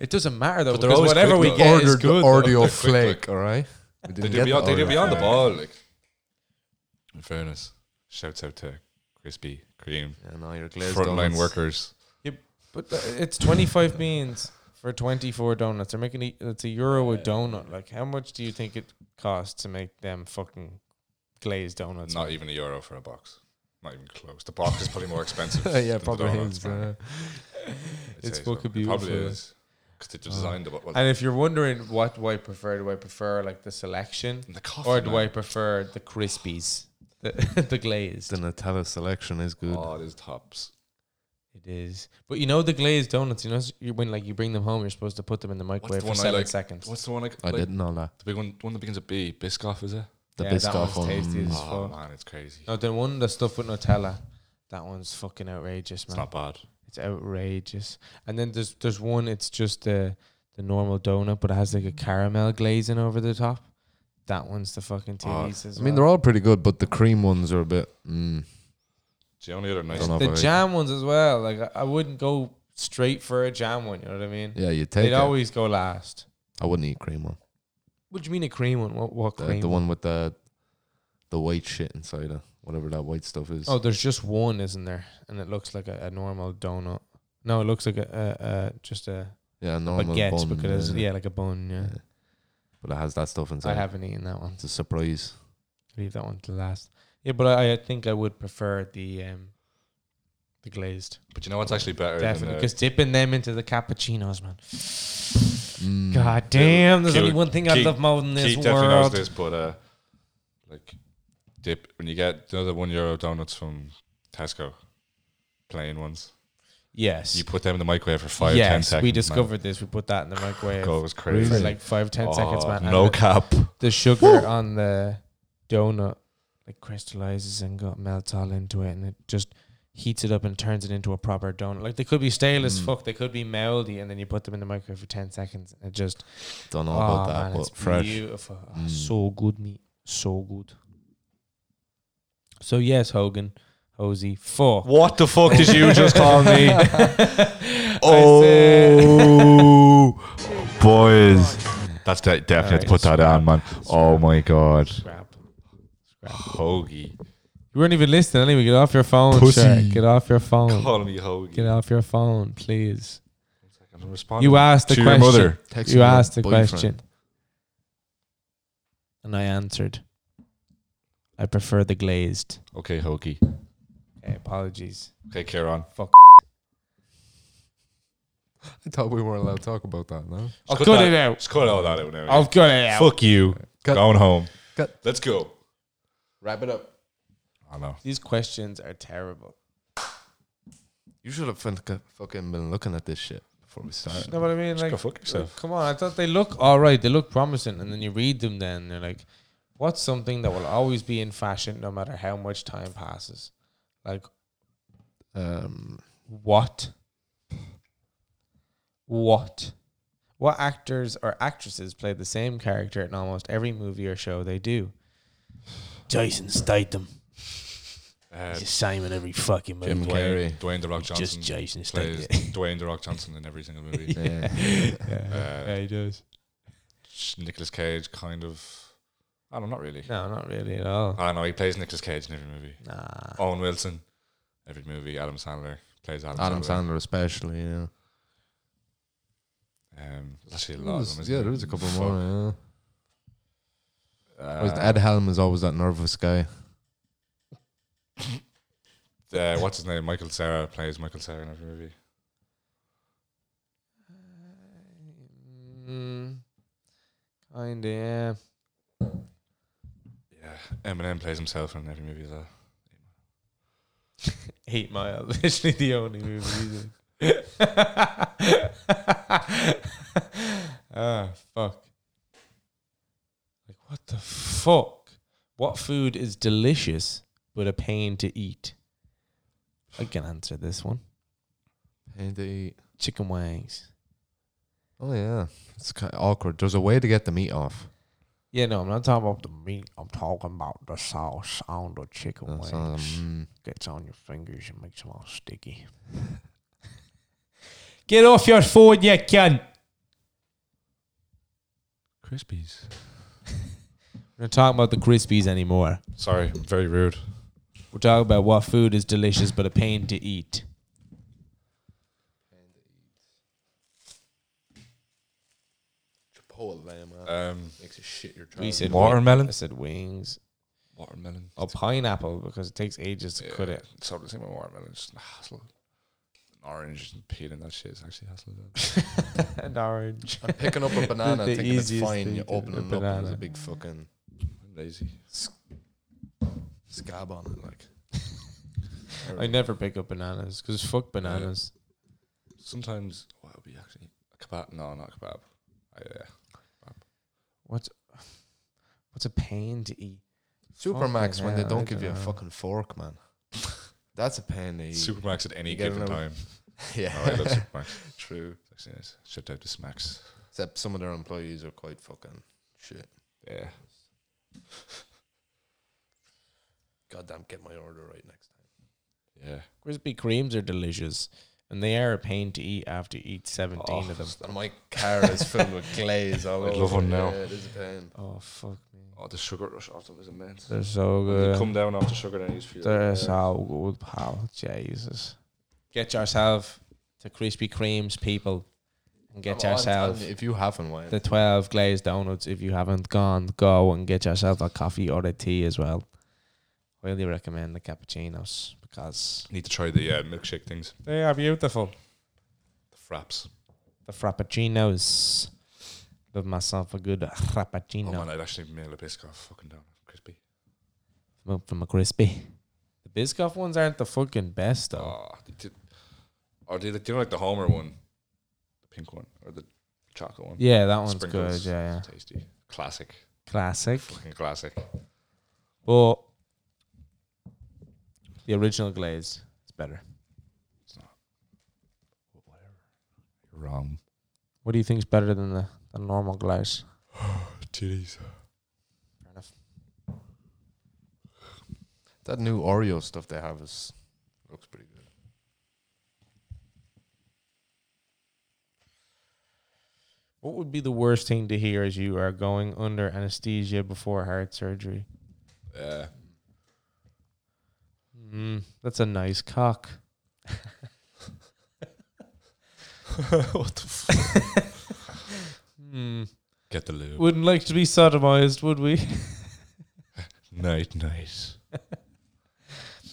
it doesn't matter though, But they're because always whatever quick, we though. get Ordered is the good. though. Oreo Quick, quick. flake, all right? We they didn't do, get Oh, be the on, they do Oreo be on the flake. ball. Like in fairness, shouts out to Krispy Kreme Yeah, no, your glazed frontline donuts. workers. But uh, it's 25 beans for 24 donuts. They're making a, it's a euro a donut. Like how much do you think it costs to make them fucking glazed donuts? Not even a euro for a box. Not even close. The box is probably more (laughs) expensive. (laughs) yeah, than the probably donuts, is. man. uh, I'd It's say so. fucking It Probably beautiful. is because they designed it. Well, And if you're wondering what do I prefer, do I prefer like the selection the coffee, or do man. I prefer the crispies, the, (laughs) the glazed? The Nutella selection is good. Oh, it is tops. It is, but you know the glazed donuts. You know s- you, when like you bring them home, you're supposed to put them in the microwave the for one I seven like? seconds. What's the one like? I like didn't know that. The big one, one that begins with B. Biscoff, is it? The Yeah, that Biscoff one's tasty one. as mm, Oh fuck. man, it's crazy. No, the one the stuff with Nutella, that one's fucking outrageous, It's man. not bad. It's outrageous. And then there's there's one. It's just the the normal donut, but it has like a caramel glazing over the top. That one's the fucking Oh, titties as I mean, they're well. all pretty good, but the cream ones are a bit. Mm, It's the only other nice. don't know the about it. jam ones as well. Like I, I wouldn't go straight for a jam one. You know what I mean? Yeah, you take They'd it. always go last. I wouldn't eat cream one. What do you mean a cream one? What what The, cream? the one with the the white shit inside it, whatever that white stuff is. Oh, there's just one, isn't there? And it looks like a, a normal donut. No, it looks like a, a, a just a yeah, normal baguette bun. because yeah. yeah. like a bun. Yeah, Yeah. but it has that stuff inside. I haven't eaten that one. It's a surprise. Leave that one to last. Yeah, but I, I think I would prefer the um the glazed But you know what's actually better? definitely than because dipping them into the cappuccinos, man. Mm. God damn, there's Keith- only one thing I Keith- love more than the, this Keith definitely knows world. this, but uh, like dip when you get the other one euro donuts from Tesco, plain ones. Yes, You put them in the microwave for five, ten yes, seconds. we man. discovered this. We put that in the microwave Go, it was crazy. for like five, ten seconds, Oh, man. and No it- cap. the sugar on the donut like crystallizes and got melts all into it and it just heats it up and turns it into a proper donut. Like they could be stale as Mm. fuck, they could be mouldy, and then you put them in the microwave for ten seconds and it just Don't know oh, about that, man, it's but fresh. beautiful. Oh, Mm. So good meat. So good. So yes, Hogan, Hosey, four. What the fuck did (laughs) you just call me? (laughs) Oh, Oh, boys. That's de- definitely Alright, put that on, man. Oh my god. Crap. Hoagie. You weren't even listening anyway. Get off your phone, Pussy. Shark. Get off your phone. Call me Hoagie. Get off your phone, please. I'm responding You asked the to your question. mother. Text You me your asked the boyfriend. question. And I answered. I prefer the glazed. Okay, Hoagie. Okay, apologies. Okay, Kieran. I thought we weren't allowed to talk about that. No, I'll cut cut that- it out. Just cut all that out now. I'll cut it out. Fuck you. Cut. Going home. Cut. Let's go. wrap it up. I know. These questions are terrible. You should have fin- fucking been looking at this shit before we started. You know what I mean? Just go Like, fuck yourself. come on. I thought they look all right. They look promising, and then you read them. Then they're like, "What's something that will always be in fashion, no matter how much time passes?" Like, Um, What? What? What actors or actresses play the same character in almost every movie or show they do? Jason Statham. Uh, He's the same in every fucking movie. Jim Dwayne, (laughs) Carrey. Dwayne The Rock Just Johnson Jason Statham. plays (laughs) Dwayne The Rock Johnson in every single (laughs) (laughs) movie. Yeah. yeah, he does. Nicholas Cage kind of I don't know, not really. No, not really at all. I know he plays Nicolas Cage in every movie. Nah. Owen Wilson, every movie. Adam Sandler plays Adam, Adam Sandler. Sandler, especially. Yeah, Um, there's actually a There lot was- of them. isn't yeah, there was a couple Fuck. more. Yeah. Uh, Whereas Ed Helm is always that nervous guy. uh, what's his name? Michael Sarah plays Michael Sarah in every movie. Mm, kinda, yeah. Yeah, Eminem plays himself in every movie as well. Eight Mile, (laughs) literally the only movie. he's in. (laughs) ah, fuck. Like, what the fuck? What food is delicious but a pain to eat? I can answer this one. Pain to eat. Chicken wings. Oh yeah, it's kind of awkward. There's a way to get the meat off. Yeah, no, I'm not talking about the meat. I'm talking about the sauce on the Oh chicken That's wings. all, mm. Gets on your fingers and makes them all sticky. (laughs) Get off your phone, you cunt. Crispies. We're not talking about the Krispies anymore. Sorry, I'm very rude. We're talking about what food is delicious but a pain to eat. Chipotle, man. Um, Makes you shit your We said Watermelon? I said wings. watermelon. Or pineapple because it takes ages to cut it. So the same with watermelon, it's just a hassle. An orange and peeling that shit is actually a hassle. (laughs) An orange. I'm (laughs) picking up a banana, The thinking it's easiest fine. thing You to- open a it up, and there's banana. a big fucking I'm lazy. scab on it. Like I never pick up bananas because fuck bananas. Sometimes what would be actually a kebab? No, not kebab. I, uh, What's what's a pain to eat? Supermax when they hell, I don't give you a dunno. fucking fork, man. (laughs) That's a pain to eat. Supermax at any You get given (laughs) another- time. (laughs) yeah, Oh, I love Supermax. true. It's actually nice. Shout out to Smacks. Except some of their employees are quite fucking shit. Yeah. Goddamn, get my order right next time. Yeah. Krispy Kremes are delicious and they are a pain to eat after you eat 17 of them. And my car is filled with glaze all I'd over. love one now. Yeah, it is a pain. Oh, fuck me. Oh, the sugar rush also was immense. They're so When you good. come down off the sugar, then you just feel. They're like, uh, so good, pal. Jesus. Get yourself to Krispy Kreme's people and get I'm on, yourself and If you haven't, why? the 12 glazed donuts. If you haven't gone, go and get yourself a coffee or a tea as well. Highly recommend the cappuccinos because Need to try the uh, milkshake things, they are beautiful. the fraps. The frappuccinos. Love myself a good Oh frappuccino man, I'd actually meal a biscuit fucking down crispy. from a- from a crispy. The Biscoff ones aren't the fucking best though. Oh, they did, or oh, do you, do you know, like the Homer one, the pink one, or the chocolate one? Yeah, that one's Sprinkles. good. Yeah, yeah. It's tasty, classic, Classic. fucking classic. But the original glazed is better. You're wrong. What do you think is better than the, the normal glaze? Titties. Fair enough. That new Oreo stuff they have is looks pretty good. What would be the worst thing to hear as you are going under anesthesia before heart surgery? Yeah. Mm, that's a nice (laughs) cock. what the? F- (laughs) Hmm. Get the lube. Wouldn't like to be sodomized, would we? (laughs) Night, night.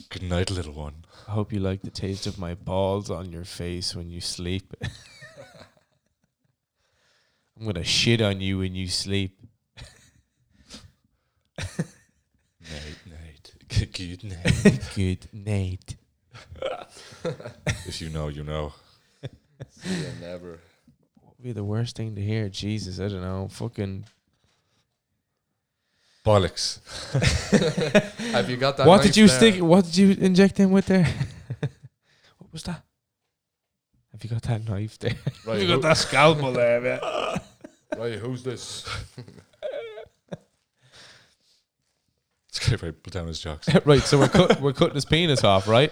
Good night, little one. I hope you like the taste of my balls on your face when you sleep. (laughs) I'm gonna shit on you when you sleep. Night, night. Good night. Good night. if you know, you know. See ya, never. What would be the worst thing to hear? Jesus, I don't know. Fucking Bollocks. (laughs) Have you got that? what did knife you there? stick? What did you inject him with there? (laughs) what was that? Have you got that knife there? Right, who, that scalpel there, man. right, who's this? It's great, right? Put down his jocks. (laughs) right, so we're cut, we're cutting his penis off, (laughs) right?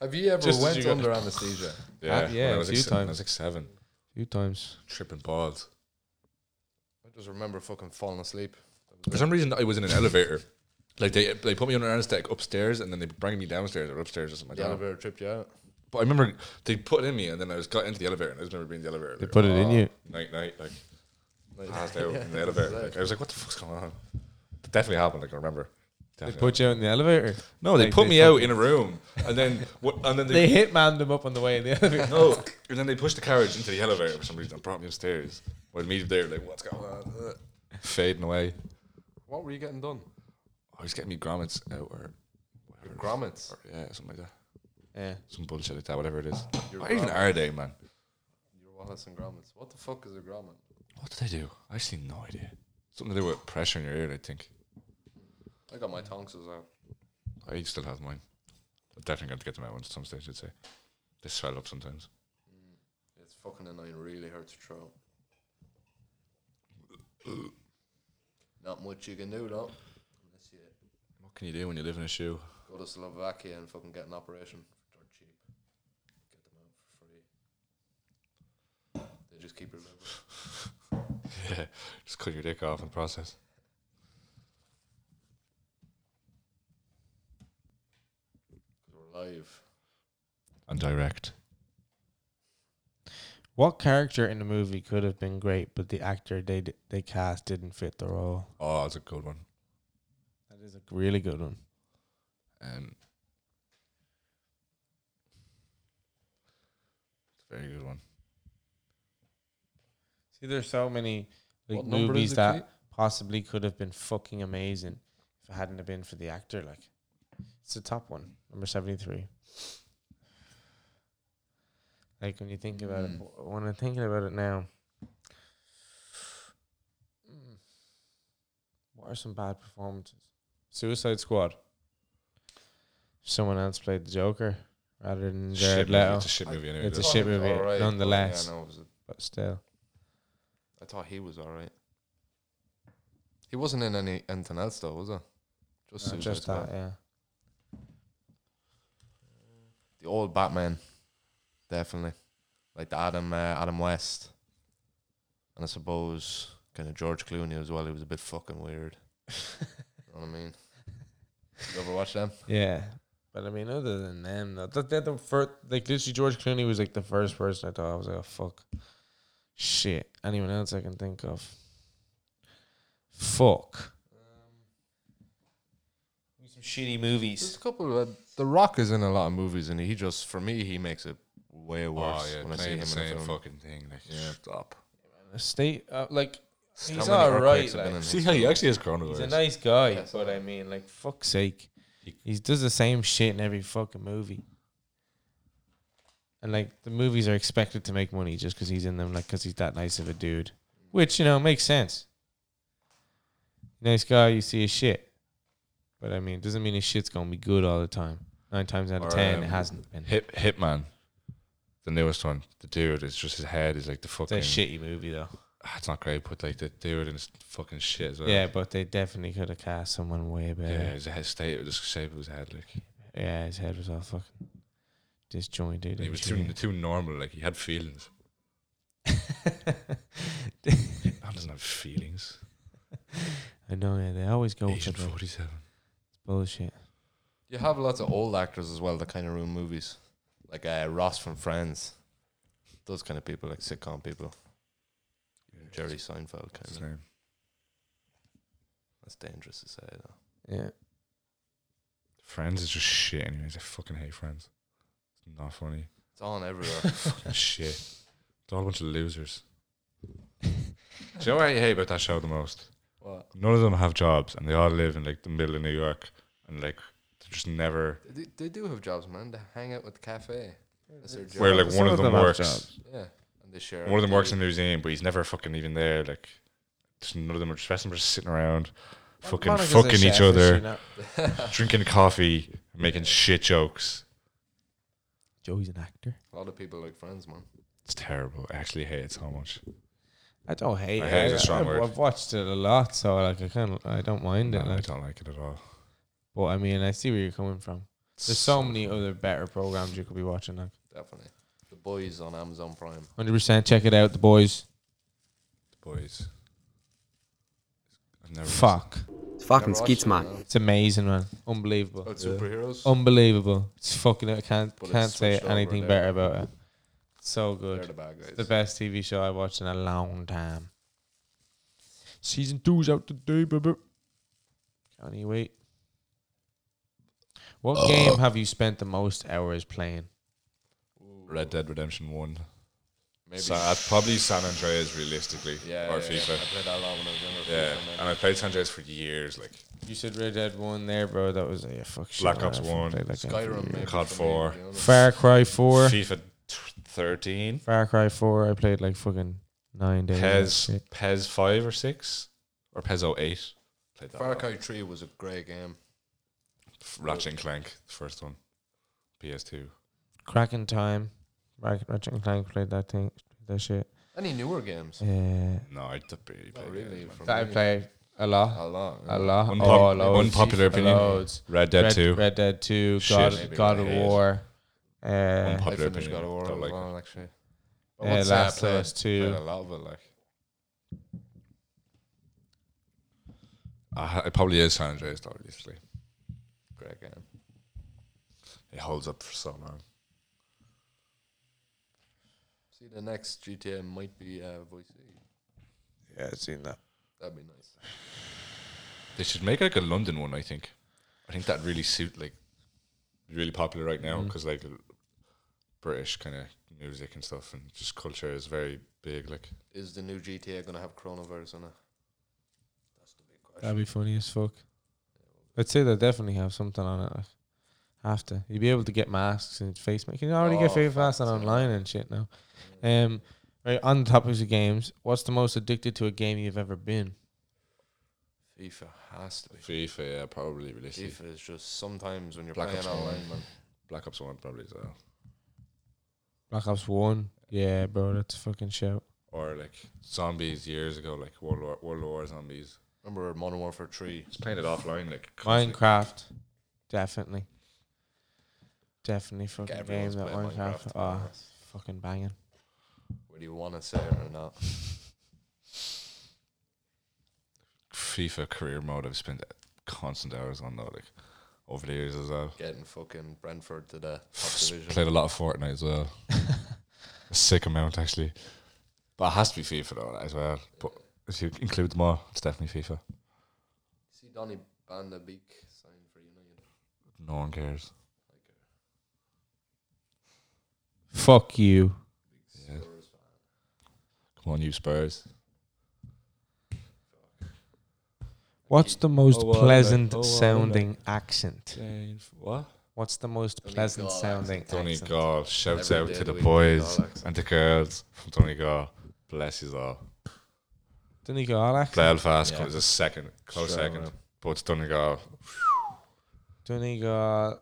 Have you ever Just as went you got- under anesthesia? Yeah, Ah, yeah, when I was a like few se- when I times. was like seven, Few times. tripping balls. I just remember fucking falling asleep. That was For some reason, I was in an elevator. Like they they put me under anesthetic upstairs, and then they bring me downstairs or upstairs or something. The like that. elevator tripped you out. But I remember they put it in me, and then I was got into the elevator, and I was never been in the elevator. They put it in you. Night, night, like passed out in the elevator. Like, I was like, "What the fuck's going on?" That definitely happened. Like I remember. Definitely. Put you out in the elevator. no, they like, put they me out in a room, and then what? And then They they, hit man them up on the way in the (laughs) elevator. (laughs) no, and then they pushed the carriage into the elevator for some reason. and brought me upstairs. Well, me there, like, what's going on? (laughs) Uh, Fading away. What were you getting done? I was getting me grommets out or Grommets. or, yeah, something like that. Yeah. Some bullshit like that, whatever it is. Your What even grommet. are they, man? Your Wallace and grommets. What the fuck is a grommet? What did they do? I actually no idea. Something to do with pressure in your ear, I think. I got my Mm. tonsils out. I still have mine. I'm definitely going to get them out once at some stage, I'd say. They swell up sometimes. It's fucking annoying. Really hurts your throat. Not much you can do, though. Unless you What can you do when you live in a shoe? go to Slovakia and fucking get an operation for dirt cheap. Get them out for free. They just keep remembering. (laughs) yeah, just cut your dick off in the process. We're live. And direct. What character in the movie could have been great, but the actor they d- they cast didn't fit the role? Oh, that's a good one. That is a really good one. Um, it's a very good one. See, there's so many like, What number is movies it, that Kate? possibly could have been fucking amazing if it hadn't have been for the actor. Like, it's the top one, number seventy-three. Like when you think about it, Mm. w- Hmm. when I'm thinking about it now, Mm. what are some bad performances? Suicide Squad. Someone else played the Joker rather than Jared Shit Leto. movie. It's a shit movie anyway. It's a though. shit movie, Alright. nonetheless. Yeah, no, it was a- But still, I thought he was alright. He wasn't in any anything else though, was he? Just, not Suicide just Squad. that, yeah. The old Batman, definitely, like the Adam uh, Adam West, and I suppose kind of George Clooney as well. He was a bit fucking weird. you know what I (laughs) mean? You ever watch them? (laughs) Yeah. But I mean, other than them, though, that, that the first, like literally George Clooney was like the first person I thought I was like, oh, fuck, shit. Anyone else I can think of? Fuck. Some shitty There's movies. a couple. Of, uh, the Rock is in a lot of movies, and he just for me he makes it way worse Oh, yeah, when I see playing him in the a same film. fucking thing. Like, yeah. Stop. State, uh, like he's How many all right. earthquakes Um, have been like, in See his how he film? actually has he's a coronavirus. nice guy, Yes. but I mean, like, fuck's sake, He- he does the same shit in every fucking movie. And like the movies are expected to make money just because he's in them, like because he's that nice of a dude, which you know makes sense. Nice guy, you see his shit, but I mean, it doesn't mean his shit's gonna be good all the time. Nine times out of Or, ten, um, it hasn't been. Hit Hitman, the newest one. The dude, it's just his head is like the It's a fucking. shitty movie though. Ah, it's not great, but like the dude in his fucking shit as well. Yeah, but they definitely could have cast someone way better. Yeah, his head state, the shape of his head, like Yeah, his head was all fucking disjointed. and he and was shit. too, too normal. Like he had feelings. (laughs) Man doesn't have feelings. I know, yeah, they always go Asian for the forty-seven. bullshit. You have lots of old actors as well that kind of ruin movies, like uh, Ross from Friends, those kind of people, like sitcom people. Even Jerry Seinfeld kind What's his of. name? That's dangerous to say though. Yeah. Friends is just shit. Anyways, I fucking hate Friends. It's not funny. It's on (laughs) everywhere. Fucking shit. It's all a bunch of (laughs) losers. Do you know what I hate about that show the most? what? None of them have jobs, and they all live in like the middle of New York, and like they're just never. They, do- they do have jobs, man. They hang out with the cafe. That's their job. Where like Some one of of them, them have works. jobs. yeah, and they share. One of them works (laughs) in the New Zealand, but he's never fucking even there. Like, just none of them are just, the rest of them are just sitting around, fucking Monica's a fucking each chef, is she other, not? drinking coffee, making shit jokes. Joey's an actor. a lot of people like friends, man. It's terrible. I actually hate it so much. I don't hate I it. hate is a I- strong I've, word. I've watched it a lot, so like I kind of I don't mind No, it. I Like, don't like it at all. but I mean, I see where you're coming from. There's so many other better programs you could be watching. Like, Definitely. The boys on Amazon Prime. hundred percent, check it out, the boys. boys. I've never Fuck. It's fucking Never watched skeets, it, man. no. It's amazing, man. Unbelievable. About superheroes. Oh, Unbelievable. It's fucking. I can't But it's can't say switched over anything there. better about it. So They're good. the bad guys. The best TV show I watched in a long time. Season two's out today, baby. Can't you wait? What game have you spent the most hours playing? Red Dead Redemption One. Maybe. Sa- I'd probably San Andreas realistically, Yeah, or yeah, yeah. FIFA. I played that a lot when I was younger. Yeah, FIFA, man. and I played San Andreas for years, like You said Red Dead One there, bro. That was yeah, fuck shit. Black man. Ops I haven't 1, played that game for Skyrim. years. Maybe COD 4. for me, to be honest. Far Cry Four. FIFA t- thirteen, Far Cry Four. I played like fucking nine days. Pez Pez five or six, or Pez 08. Played that. a Far lot. Cry 3 was a great game. Ratchet and Clank, the first one, PS2. Cracking time. Ratchet Ratchet and Clank played that thing. That shit. Any newer games? Yeah. No, I don't really Oh, play. Not really. games, man. for That I me. play a lot. A lot. A lot. Unpop- oh, loads. unpopular opinion. Loads. Red Dead Red, Two. Red Dead Two. Shit. God, Maybe God I of hate it. War. Uh, I Unpopular finished God opinion. of War Don't as like it. well, actually. I uh, wouldn't say I Last of played- Us played Two. a lot of it, like. Uh, it probably is San Andreas, obviously. Great game. It holds up for so long. See, the next GTA might be uh, Voice E. Yeah, I've seen that. That'd be nice. They should make like a London one. I think. I think that really suit like really popular right now Mm. because like British kind of music and stuff and just culture is very big. Like Is the new GTA going to have coronavirus on it? That's the big question. That'd be funny as fuck. I'd say they definitely have something on it. Like, have to. You'd be able to get masks and face masks. You can already get Oh, face fuck, masks on yeah. online and shit now. Um, right on the topics of games, what's the most addicted to a game you've ever been? FIFA has to be. FIFA, yeah, probably realistically. FIFA is just sometimes when you're Black playing Ops one. online, man. Black Ops One probably as well, Black Ops One. Yeah, bro, that's a fucking shout. or like zombies years ago, like World War World War Zombies. Remember Modern Warfare 3? Just playing it offline, like constantly. Minecraft, definitely, definitely fucking game Everyone's that playing Minecraft. Minecraft. Oh, man. fucking banging. Whether you want to say it or not. FIFA career mode. I've spent constant hours on that, like over the years as well. Getting fucking Brentford (sighs) to the top S- division. Played a lot of Fortnite (laughs) as well. a sick amount actually. But it has to be FIFA though as well. But if you include them all, it's definitely FIFA. See Donny Van de Beek signed for United. No one cares. Fuck you. Yeah. Come on, you Spurs. What's the most Oh, well, like- pleasant oh, well, sounding accent? What? What's the most Donegal pleasant sounding Tony accent? Gall shouts Every out day to of the the week, Donegal boys accent. and the girls from Tony Gall. Bless you all. Donegal accent. Belfast Yeah. comes a second, close Strong, second. man. But it's Donegal. Donegal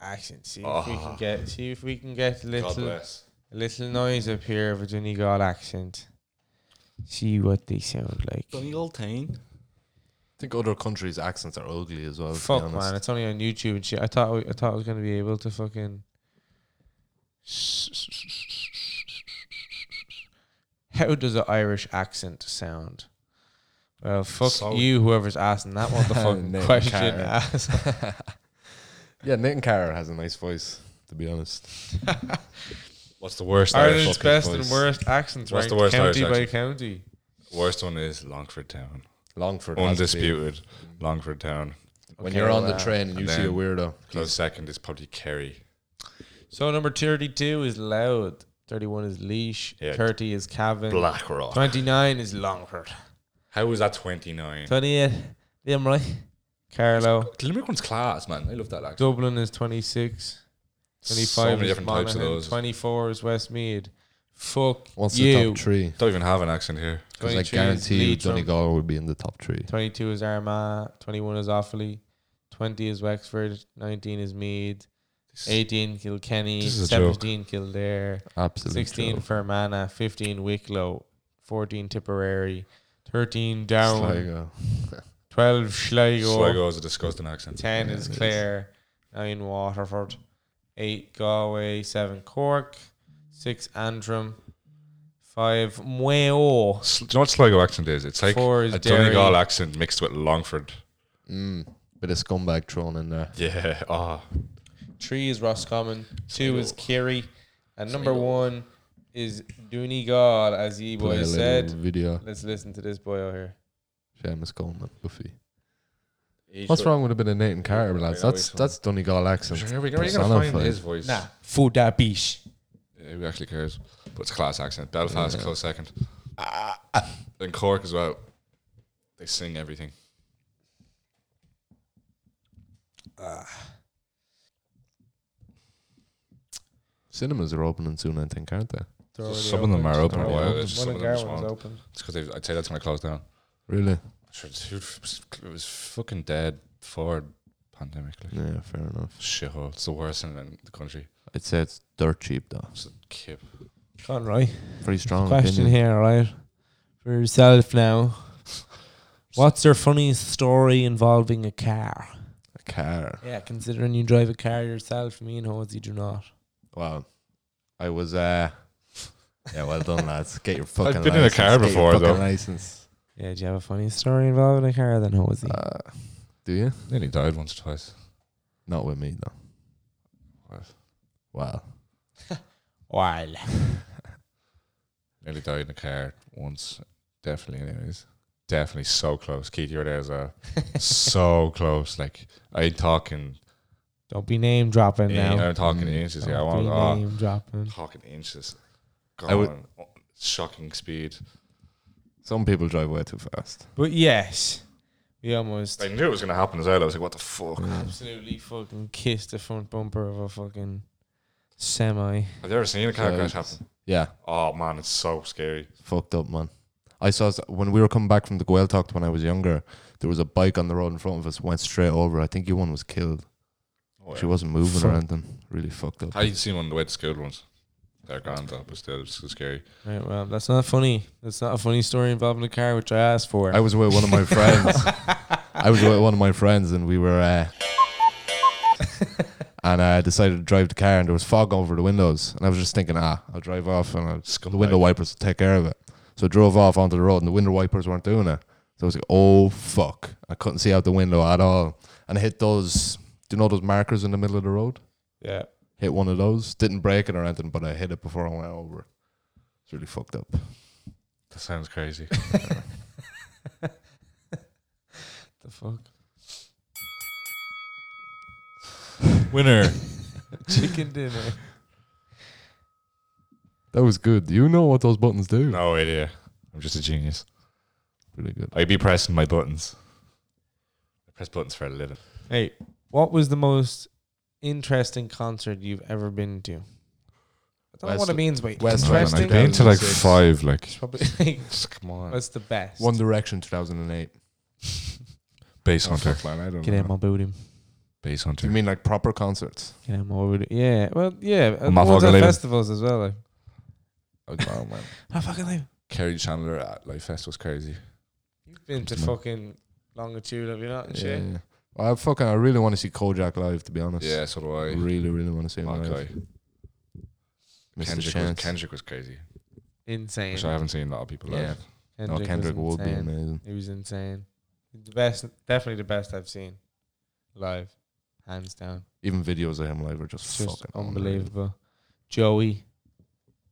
accent. See if we can Ah. get. See if we can get God little bless. little noise up here of a Donegal accent. See what they sound like. Tain. I think other countries' accents are ugly as well. Fuck man, it's only on YouTube and shit. I thought I thought I was gonna be able to fucking. How does an Irish accent sound? Well, fuck So- you, whoever's asking (laughs) that one the fucking Nick question. Carter. ass. Yeah, Nathan Carr has a nice voice, to be honest. What's the worst? Irish Ireland's fucking best voice? and worst accents, What's ranked the worst Irish county by accent? county. Worst one is Longford Town. Longford. has to be. Undisputed. Longford Town. When Okay, you're on the well, train and you and see a then weirdo, Close second is probably Kerry. So number thirty-two is Loud. Thirty-one is Leash. Yeah. Thirty is Cavan. Blackrock. Twenty-nine is Longford. How was that 29? Twenty-eight, Limerick. Carlow. Limerick one's class, man. I love that accent. Dublin is 26. 25 so many is different types of Monaghan, those. 24 is Westmead. Fuck what's the you. top three? Don't even have an accent here. 'Cause 22 I is guarantee you Leitrim, Donegal would be in the top three. 22 is Armagh. 21 is Offaly. 20 is Wexford. 19 is Mead. 18 Kilkenny. this is a 17 Kildare. Absolutely. 16 Fermanagh. 15 Wicklow. 14 Tipperary. 13 Down. Sligo. 12 Sligo. Sligo is a disgusting accent. 10 is Clare, 9 Waterford, 8 Galway, 7 Cork, 6 Antrim, Five, Mweo. Sl- Do you know what Sligo accent is? It's like Four is a Derry. Donegal accent mixed with Longford. Mm, bit of scumbag thrown in there. Yeah. Oh, Three is Roscommon. Two is Sligo. Kerry. And number one is Donegal, as ye Play a boys little said. video. Let's listen to this boy out here. Seamus Coleman, Buffy. What's wrong with a bit of Nathan Carter, lads? Yeah, That's wait, that's Donegal accent. Sure, we, are you gonna find personified. his voice? Fuda Beach. Yeah, who actually cares? But it's a class accent. Belfast, close second. And Cork as well. They sing everything. Cinemas are opening soon, I think, aren't they? Some of them are open. They're Why open. is One some of of them Gar just ones won't? open. It's because I'd say that's when I closed down. Really? Sure, it's- It was- it was fucking dead before pandemic. Like. Yeah, fair enough. Shithole. It's the worst in, in the country. I'd say it's dirt cheap though. It's a kip. Conroy. Pretty strong Question opinion. here, right? For yourself (laughs) now. What's your funniest story involving a car? A car. Yeah, considering you drive a car yourself, me and Hosey do not. Well, I was. uh Yeah, well done, (laughs) (laughs) lads. Get your fucking. been in a license. car Get your before, fucking though. License. Yeah, do you have a funny story involving a car then, Hosey? Uh, do you? Nearly died once or twice. Not with me, though. What? Wow. well, Nearly died in a car once. Definitely, anyways. Definitely so close. Keith, you were there as well. so close. Like, I'm talking. don't be name dropping now. I'm talking Mm. inches. Don't Yeah, I be want. Oh, name dropping. Talking inches. I would- Gone. Oh, Shocking speed. Some people drive way too fast. But yes, we almost I knew it was going to happen as well. I was like, what the fuck? absolutely fucking kissed the front bumper of a fucking semi. Have you ever seen a car crash happen? Yeah, Oh, man, it's so scary. it's fucked up, man. I saw s- when we were coming back from the Gael talk when I was younger. There was a bike on the road in front of us, went straight over. I think your one was killed. Oh, She wasn't moving or Fuck. anything. Really fucked up. I seen one on the way to school once. They're gone, though, but still, it's so scary. Right, well, that's not funny. That's not a funny story involving a car, which I asked for. I was with one of my friends. I was with one of my friends, and we were, uh, and I decided to drive the car, and there was fog over the windows, and I was just thinking, ah, I'll drive off, and I'll, the Scumbag. window wipers will take care of it. So I drove off onto the road, and the window wipers weren't doing it. So I was like, oh fuck, I couldn't see out the window at all, and I hit those, do you know those markers in the middle of the road? yeah. Hit one of those, didn't break it or anything, but I hit it before I went over. It's really fucked up. That sounds (laughs) crazy. The fuck? (laughs) Winner. Chicken dinner. That was good. You know what those buttons do? No idea. I'm just a genius. Really good. I'd be pressing my buttons. I press buttons for a living. Hey, what was the most interesting concert you've ever been to? I don't know what Westle- it means by Westlife I've interesting. Night Out. been to like 2006. five, like. It's probably (laughs) like, Come on. what's the best? One (laughs) Direction 2008. Bass Hunter. Get out my booty. Bass Do Hunter. you mean like proper concerts? Get out my booty. Yeah. Well, yeah. uh, I'm not ones fucking at leaving. festivals as well. Like. Oh, wow, man. (laughs) I fucking leave. Kerry Chandler at Life Fest was crazy. You've been to Come on. fucking longitude, have you not? And shit. Yeah. I fucking I really want to see Kojak live to be honest. Yeah, so do I I. really really want to see him Black live. guy. Missed the Kendrick was, chance. Kendrick was crazy, Insane. which I haven't seen a lot of people Yeah. live. no, was Kendrick would be insane. amazing. He was insane. The best, definitely the best I've seen live, hands down. Even videos of him live are just, It's just fucking unreal. unbelievable. Joey,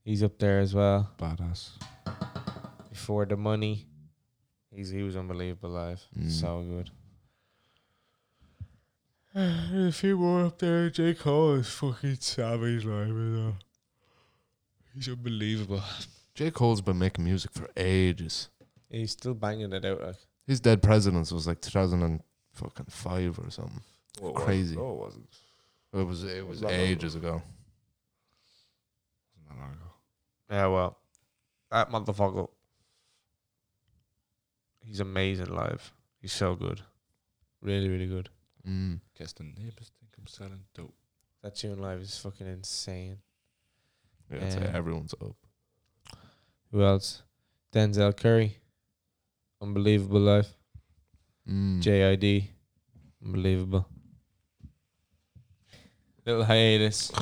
he's up there as well. Badass. (sighs) Before the money, he's he was unbelievable live. Mm. So good. A few more up there. J Cole is fucking savage live. though. He's unbelievable. J Cole's been making music for ages. He's still banging it out. Like His Dead Presidents was like 2005 or something. What was it? Crazy. No, it wasn't. It was it was Long ages ago. It wasn't that long ago. Yeah, well, that motherfucker. He's amazing live. He's so good. Really, really good. Mm. Guess the neighbors think I'm selling dope. That tune live is fucking insane. Yeah, I'd say Yeah. everyone's up. Who else? Denzel Curry. Unbelievable live. Mm. JID. Unbelievable. Little hiatus.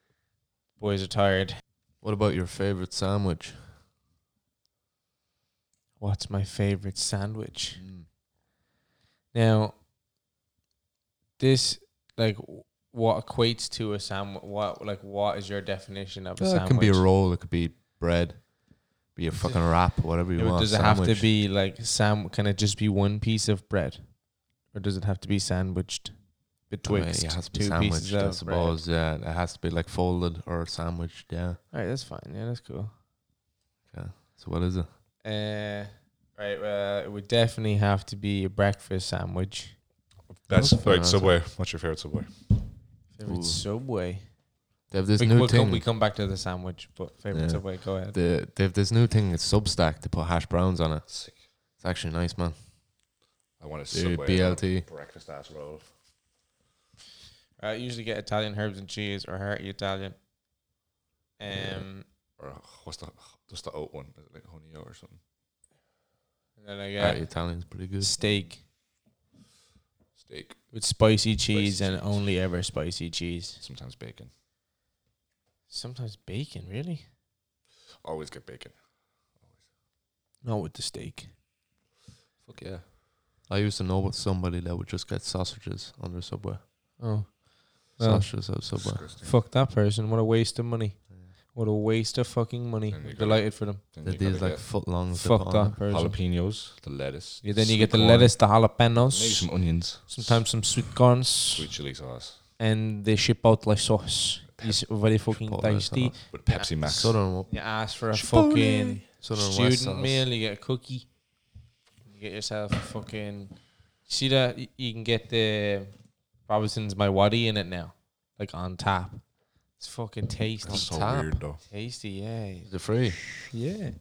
(sighs) Boys are tired. What about your favorite sandwich? What's my favorite sandwich? Mm. Now, this like w- what equates to a sandwich? What like what is your definition of a Uh, sandwich? it can be a roll. It could be bread. Be a Does fucking it- wrap. Whatever you Yeah, but want. does it have to sandwich. be like sam? Can it just be one piece of bread, or does it have to be sandwiched I mean, betwixt it has to be two pieces sandwiched, I of bread? suppose. Yeah, it has to be like folded or sandwiched. Yeah. All right, that's fine. Yeah, that's cool. So what is it? Uh, right. Well, it would definitely have to be a breakfast sandwich. That's a Best fair right answer. Subway. What's your favorite Subway? Favorite Ooh. Subway. They have this we, new we'll thing. Come, we come back to the sandwich, but favorite Yeah. Subway. Go ahead. the, they have this new thing. It's Substack. They put hash browns on it. It's actually nice, man. I want a Dude, Subway. BLT. Breakfast ass roll. I usually get Italian herbs and cheese or hearty Italian. Um, Yeah. Or what's the what's the oat one? Is it like honey oat or something? and then I Yeah. get Italian's pretty good. steak Steak. with spicy cheese Spicy and cheese. only ever spicy cheese. Sometimes bacon. Sometimes bacon, really? Always get bacon. Not with the steak. Fuck yeah. I used to know what somebody that would just get sausages on their subway. Oh, Well. sausages out of subway. Disgusting. fuck that person! What a waste of money! What a waste of fucking money! Then you gotta- Delighted for them. Then They you gotta did like get foot longs. Fuck that person. jalapenos, the lettuce. Yeah, then you sweet get the corn, lettuce, the Maybe jalapenos, some onions. sometimes some sweet corns, sweet chili sauce. and they ship out like sauce. It's very fucking tasty. With Pepsi Max. Southern, wo- You ask for a Chipotle. fucking southern west student sauce. meal, you get a cookie. You get yourself a fucking. See that y- you can get the Robinson's My Waddy in it now, like on tap. It's fucking tasty, That's so Tap. weird though. tasty, yeah, Is it free? yeah.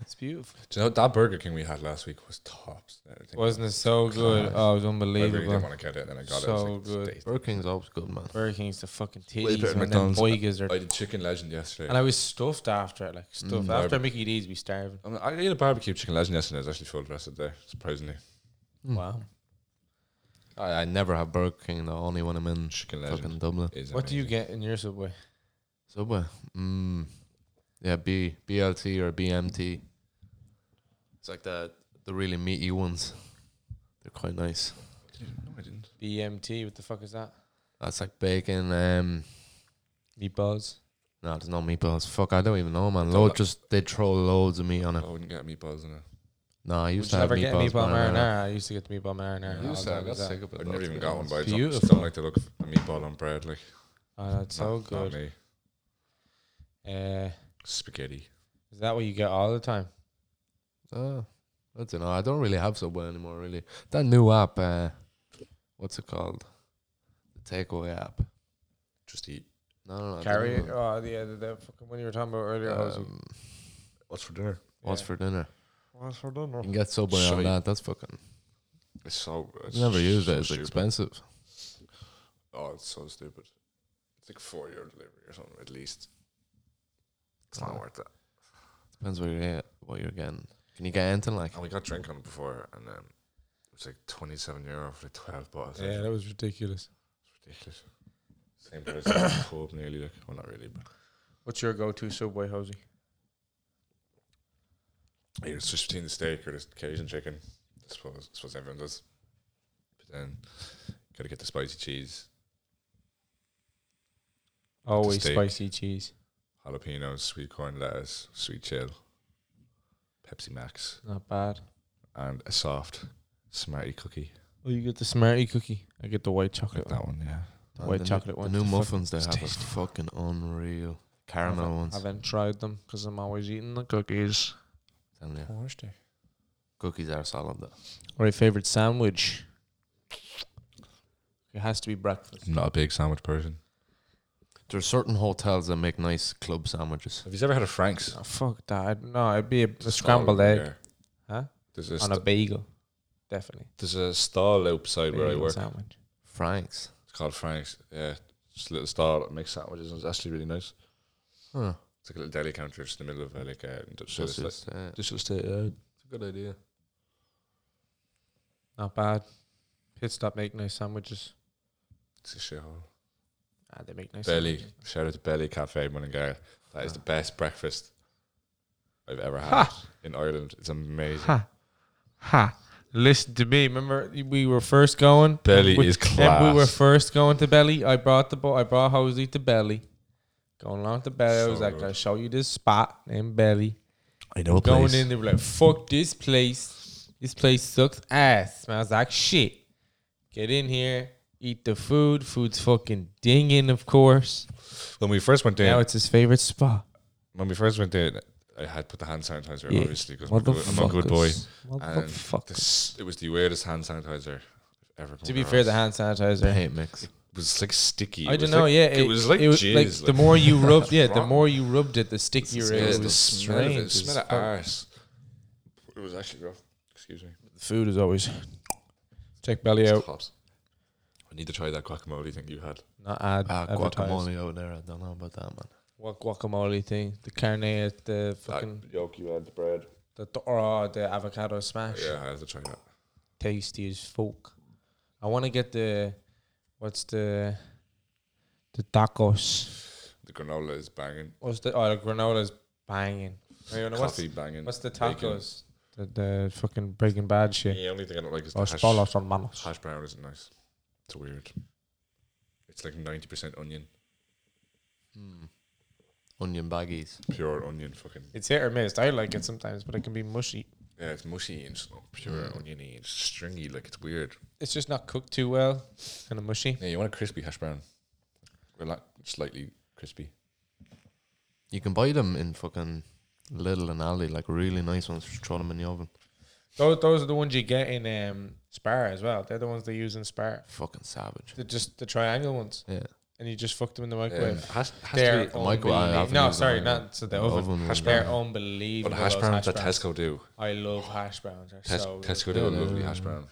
It's beautiful. Do you know that Burger King we had last week was tops? I think Wasn't it so good? Oh, it was I really didn't unbelievable. want to get it, and then I got it. I, So was like, good. "Tasty." Burger King's always good, man. Burger King's the fucking better titties and than then McDonald's. boigas are. I did Chicken Legend yesterday. And I was stuffed after it, like stuffed Mm. after Mickey D's. We starving. I, mean, I ate a barbecue Chicken Legend yesterday. and I was actually full the rest of the day, surprisingly. Mm. Wow. I, I never have Burger King. The only one I'm in Chicken fucking Legend. Dublin. Is What do you amazing. get in your subway? Subway. Mm. Yeah, B BLT or BMT. It's like the the really meaty ones. They're quite nice. No, I didn't. BMT. What the fuck is that? That's like bacon. Um, Meatballs. no, there's no meatballs. Fuck, I don't even know, man. Don't Load know. just they throw loads of meat on it. I wouldn't get meatballs in it. No, I Would used you to have ever get meatballs. meatball marinara. marinara? I used to get the meatball marinara. I all the used to. I time got as well. sick of it. I've though, never to even be got one, honest. but I just don't- just Beautiful. don't like the look of a meatball on bread. Like, Oh, that's so not, not good. me. Uh, Spaghetti. is that what you get all the time? Oh, I don't know. I don't really have Subway anymore. Really, that new app. Uh, what's it called? The takeaway app. Just eat. No, no, no. Carry it. it? Oh, yeah, the, the fucking one you were talking about earlier. I was- Um, What's for dinner? What's yeah. for dinner? What's for dinner? You can get Subway Shite. on that. That's fucking. It's so. It's I've never used so it. It's stupid. expensive. Oh, it's so stupid. It's like four year delivery or something at least. It's not Oh. worth it. Depends what you're get, what you're getting. Can you get anything like? And we got drink on it before, and um, it was like twenty seven euro for like twelve bottles. Yeah, that was ridiculous. it's ridiculous. Same price as the pub nearly. Like, well, not really, but What's your go-to Subway, Hosey? yeah, it's just between the steak or the Cajun chicken. I suppose, I suppose everyone does. But then, gotta get the spicy cheese, Always steak. spicy cheese. jalapenos, sweet corn lettuce, sweet chill, Pepsi Max, Not bad. and a soft smarty cookie. Oh, you get the Smartie cookie. I get the white chocolate. Like that one, yeah. Man, white the new- chocolate ones The new are fucking- muffins they it's have tasty. are fucking unreal. I Caramel haven't- ones. haven't tried them because I'm always eating the cookies. Telling you. Thursday. Cookies are solid though. Or a favorite sandwich? It has to be breakfast. I'm not a big sandwich person. There's certain hotels that make nice club sandwiches. Have you ever had a Frank's? Oh, fuck that. I'd- No, it'd be a, a scrambled Stall egg there. Huh? There's a, on a st- bagel. Definitely. there's a stall outside where I Bagel work. Sandwich. Frank's. It's called Frank's. Yeah, just a little stall that makes sandwiches. and It's actually really nice. Huh. It's like a little deli counter just in the middle of uh, like uh, industrial Just, estate. uh, Industrial estate. eh, Yeah. it's a good idea. Not bad. Pit stop make nice sandwiches. It's a shithole. Ah, they make nice Belly. sandwiches. Shout out to Belly Cafe Mullingar. That is Ah. the best breakfast I've ever had in Ireland. It's amazing. Ha. Ha. Listen to me. Remember we were first going. Belly we, is And we were class. first going to Belly. I brought the bo- I brought Hosey to Belly. Going along to Belly, I So was like, good. "I'll show you this spot in Belly." I know a Going in, they were like, "Fuck this place. This place sucks ass. Smells like shit." Get in here, eat the food. Food's fucking dinging, of course. When we first went Now in, it's his favorite spot. when we first went in, I had put the hand sanitizer Yeah. on, obviously, because I'm, a good- I'm a good boy. Motherfuckers. And Motherfuckers. this, it was the weirdest hand sanitizer I've ever come To be across. fair, the hand sanitizer. hate mix. It was like sticky. I It don't was know. like- yeah, it, was like jizz. the like- more you (laughs) rubbed, yeah, the rotten. more you rubbed it, the stickier Yeah, it the was. smell of it, the Strange. as smell of fuck. arse. It was actually rough. Excuse me. The food is always check belly out. Pops. I need to try that guacamole thing you had. Not ad, Ah, guacamole. guacamole out there. I don't know about that, man. What guacamole thing? The carne, at the fucking That yolk you had, the bread. the, the or uh, the avocado smash. Yeah, I have to try that. Tasty as fuck. I want to get the what's the the tacos. The granola is banging. What's the oh the granola's banging. Hey, you know, what's, Coffee banging. what's the bacon. tacos? The, the fucking Breaking Bad shit. The only thing I don't like is Or the hash, bolos on manos. hash brown isn't nice. It's weird. It's like 90% onion. Hmm. Onion baggies. Pure onion fucking. It's hit or miss. I like it sometimes, but it can be mushy. Yeah, it's mushy and it's not pure oniony. It's stringy. Like, it's weird. It's just not cooked too well. Kind of mushy. Yeah, you want a crispy hash brown. Or like slightly crispy. You can buy them in fucking Little and Aldi, like really nice ones. Just throw them in the oven. Those, those are the ones you get in um, Spar as well. They're the ones they use in Spar. Fucking savage. They're just the triangle ones, Yeah. and you just fuck them in the Um, microwave. has, has They're to the microwave, I unbelievable. haven't No, used the sorry, microwave. not so the oven. Oven Hash ones, They're yeah. be. unbelievable. But the hash those browns that browns. Tesco do. I love hash browns. They're Tes- so good. Tesco do a lovely hash brown.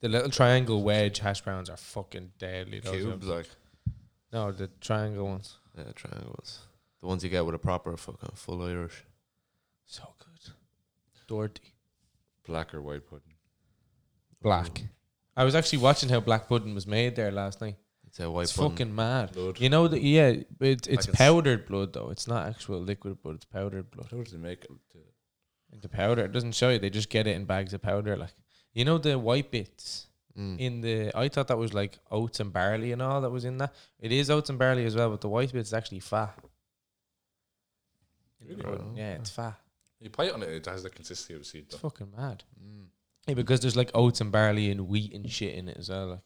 The little triangle wedge hash browns are fucking deadly. Those are- like. no, the triangle ones. Yeah, triangles. The ones you get with a proper fucking full Irish. So good. Dirty. Black or white pudding. Black. I was actually watching how black pudding was made there last night. It's a white It's bun. fucking mad. Blood. You know that? Yeah, it, it's Like it's- powdered blood though. It's not actual liquid blood. It's powdered blood. How did they make it? The powder it doesn't show you. They just get it in bags of powder. Like you know the white bits Mm. in the. I thought that was like oats and barley and all that was in that. It is oats and barley as well, but the white bits is actually fat. In the Really? pudding. Yeah, it's fat. You bite on it, it has the consistency of a seed. It's though. fucking mad. Mm. Yeah, because there's like oats and barley and wheat and shit in it as well. Like